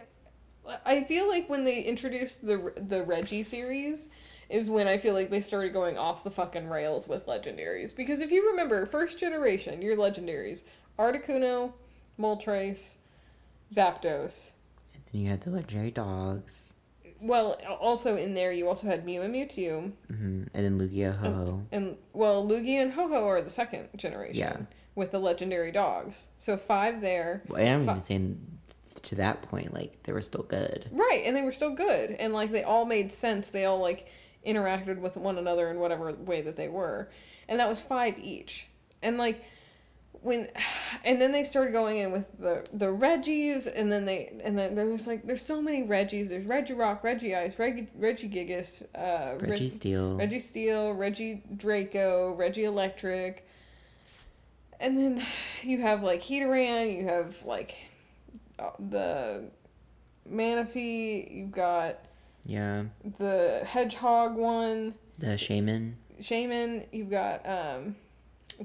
Speaker 1: I feel like when they introduced the the Reggie series is when I feel like they started going off the fucking rails with legendaries because if you remember first generation your legendaries Articuno, Moltres, Zapdos.
Speaker 2: and then you had the legendary dogs.
Speaker 1: Well, also in there you also had Mew and Mewtwo,
Speaker 2: hmm And then Lugia Ho.
Speaker 1: and well Lugia and Ho-Ho are the second generation
Speaker 2: Yeah.
Speaker 1: with the legendary dogs. So five there.
Speaker 2: Well, and I'm
Speaker 1: Fu-
Speaker 2: even saying to that point, like they were still good.
Speaker 1: Right, and they were still good, and like they all made sense. They all like interacted with one another in whatever way that they were, and that was five each. And like when, and then they started going in with the the Reggies, and then they and then there's like there's so many Reggies. There's Regirock, Regiice, Reg, Regigigas, uh, Reg-
Speaker 2: Reggie Steele.
Speaker 1: Reggie Steel, Reggie Draco, Reggie Electric. And then you have like Heateran, you have like uh, the Manaphy, you've got
Speaker 2: Yeah.
Speaker 1: the Hedgehog one,
Speaker 2: The Shaman.
Speaker 1: Shaman, you've got um,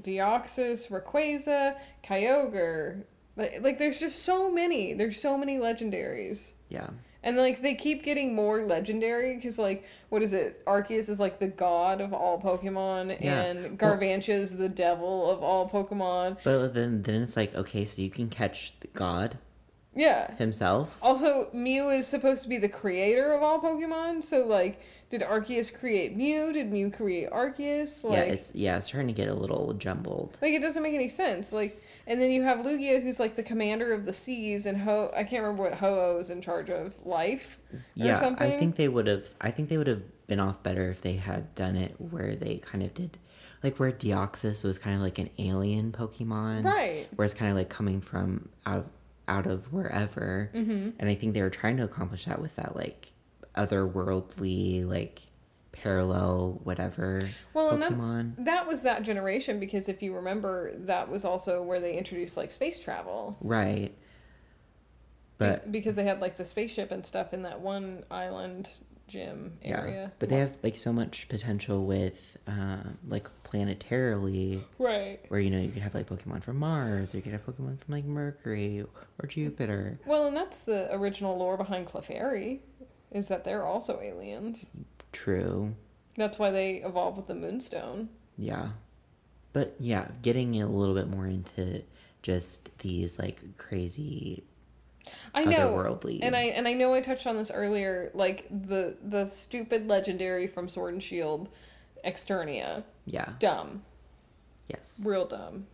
Speaker 1: Deoxys, Rayquaza, Kyogre. Like, like there's just so many. There's so many legendaries.
Speaker 2: Yeah.
Speaker 1: And like they keep getting more legendary because like what is it? Arceus is like the god of all Pokemon,
Speaker 2: Yeah.
Speaker 1: and Garvantia is the devil of all Pokemon.
Speaker 2: But then then it's like, okay, so you can catch God
Speaker 1: Yeah.
Speaker 2: himself.
Speaker 1: Also, Mew is supposed to be the creator of all Pokemon. So like, did Arceus create Mew? Did Mew create Arceus? Oh, Like,
Speaker 2: yeah, it's yeah, it's starting to get a little jumbled.
Speaker 1: Like it doesn't make any sense. Like, and then you have Lugia, who's like the commander of the seas, and Ho. I can't remember what Ho-Oh is in charge of, life or
Speaker 2: Yeah,
Speaker 1: something.
Speaker 2: I think they would have. I think they would have been off better if they had done it where they kind of did, like where Deoxys was kind of like an alien Pokemon,
Speaker 1: Right.
Speaker 2: Where it's kind of like coming from out of, out of wherever, mm-hmm. and I think they were trying to accomplish that with that like otherworldly, like parallel whatever
Speaker 1: Well, and that-
Speaker 2: Pokemon.
Speaker 1: that was that generation because if you remember that was also where they introduced like space travel
Speaker 2: Right. But
Speaker 1: Be- because they had like the spaceship and stuff in that one island gym
Speaker 2: yeah,
Speaker 1: area
Speaker 2: but they have like so much potential with um, like planetarily.
Speaker 1: right
Speaker 2: where you know you could have like Pokemon from Mars, or you could have Pokemon from like Mercury or Jupiter.
Speaker 1: well and that's the original lore behind clefairy is that they're also aliens
Speaker 2: True,
Speaker 1: that's why they evolved with the moonstone
Speaker 2: yeah, but yeah, getting a little bit more into just these like crazy
Speaker 1: i know
Speaker 2: otherworldly.
Speaker 1: and i and i know i touched on this earlier like the the stupid legendary from sword and shield externia
Speaker 2: yeah,
Speaker 1: dumb
Speaker 2: yes,
Speaker 1: real dumb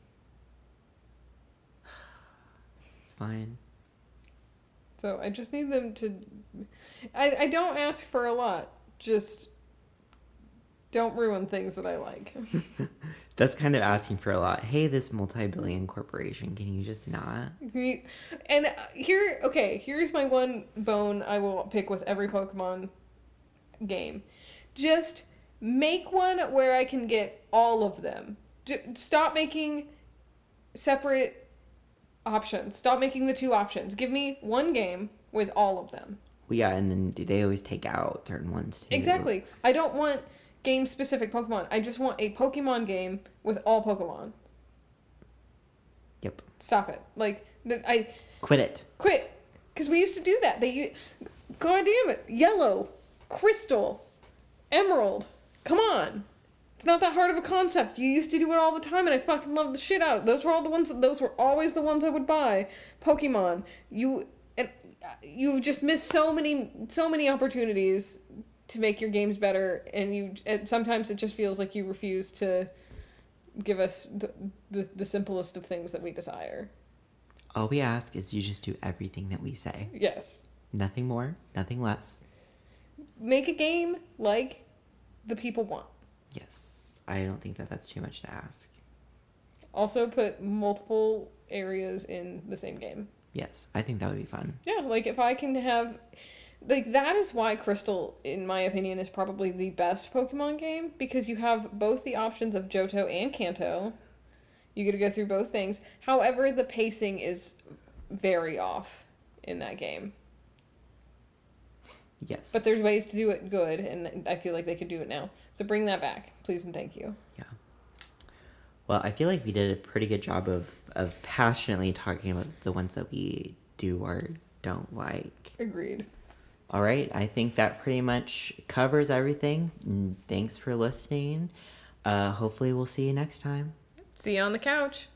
Speaker 2: it's fine.
Speaker 1: So I just need them to. I, I don't ask for a lot. Just don't ruin things that I like.
Speaker 2: That's kind of asking for a lot. Hey, this multi-billion corporation, can you just not?
Speaker 1: and uh, here, okay, here's my one bone I will pick with every Pokemon game. Just make one where I can get all of them. D- stop making separate options. Stop making the two options. Give me one game with all of them.
Speaker 2: Well, yeah, and then they always take out certain ones too.
Speaker 1: Exactly. I don't want game specific Pokemon. I just want a Pokemon game with all Pokemon.
Speaker 2: Yep.
Speaker 1: Stop it. Like th- I
Speaker 2: Quit it.
Speaker 1: quit because we used to do that. They, u- god damn it, yellow, crystal, emerald. Come on, It's not that hard of a concept. You used to do it all the time, and I fucking loved the shit out. of it. Those were all the ones. That, those were always the ones I would buy. Pokemon. You and you just miss so many, so many opportunities to make your games better, and you. And sometimes it just feels like you refuse to give us th- the the simplest of things that we desire.
Speaker 2: All we ask is you just do everything that we say.
Speaker 1: Yes.
Speaker 2: Nothing more, nothing less.
Speaker 1: Make a game like the people want.
Speaker 2: Yes. I don't think that that's too much to ask.
Speaker 1: Also put multiple areas in the same game.
Speaker 2: Yes, I think that would be fun.
Speaker 1: Yeah, like if I can have like that is why Crystal in my opinion is probably the best Pokemon game because you have both the options of Johto and Kanto. You get to go through both things. However, the pacing is very off in that game.
Speaker 2: Yes.
Speaker 1: But there's ways to do it good, and I feel like they could do it now. So bring that back, please and thank you.
Speaker 2: yeah. Well, I feel like we did a pretty good job of of passionately talking about the ones that we do or don't like.
Speaker 1: Agreed.
Speaker 2: All right, I think that pretty much covers everything. Mm, Thanks for listening. Uh, hopefully, we'll see you next time.
Speaker 1: See you on the couch.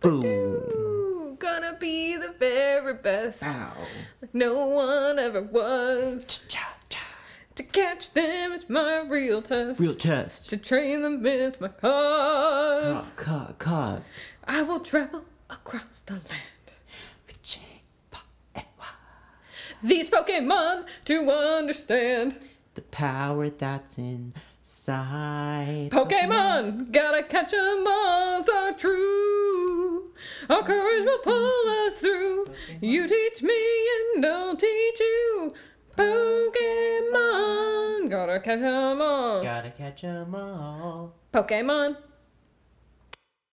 Speaker 2: Boom.
Speaker 1: Ooh, gonna be the very best.
Speaker 2: Ow.
Speaker 1: Like no one ever was.
Speaker 2: Cha cha.
Speaker 1: To catch them is my real test.
Speaker 2: Real test.
Speaker 1: to train them is my cause.
Speaker 2: Ca- ca- Cause.
Speaker 1: I will travel across the land. These Pokemon to understand.
Speaker 2: The power that's inside.
Speaker 1: Pokemon, gotta catch 'em all, are true. Our courage will pull us through. You teach me and I'll teach you. Pokemon, gotta catch 'em all.
Speaker 2: Gotta catch 'em all.
Speaker 1: Pokemon.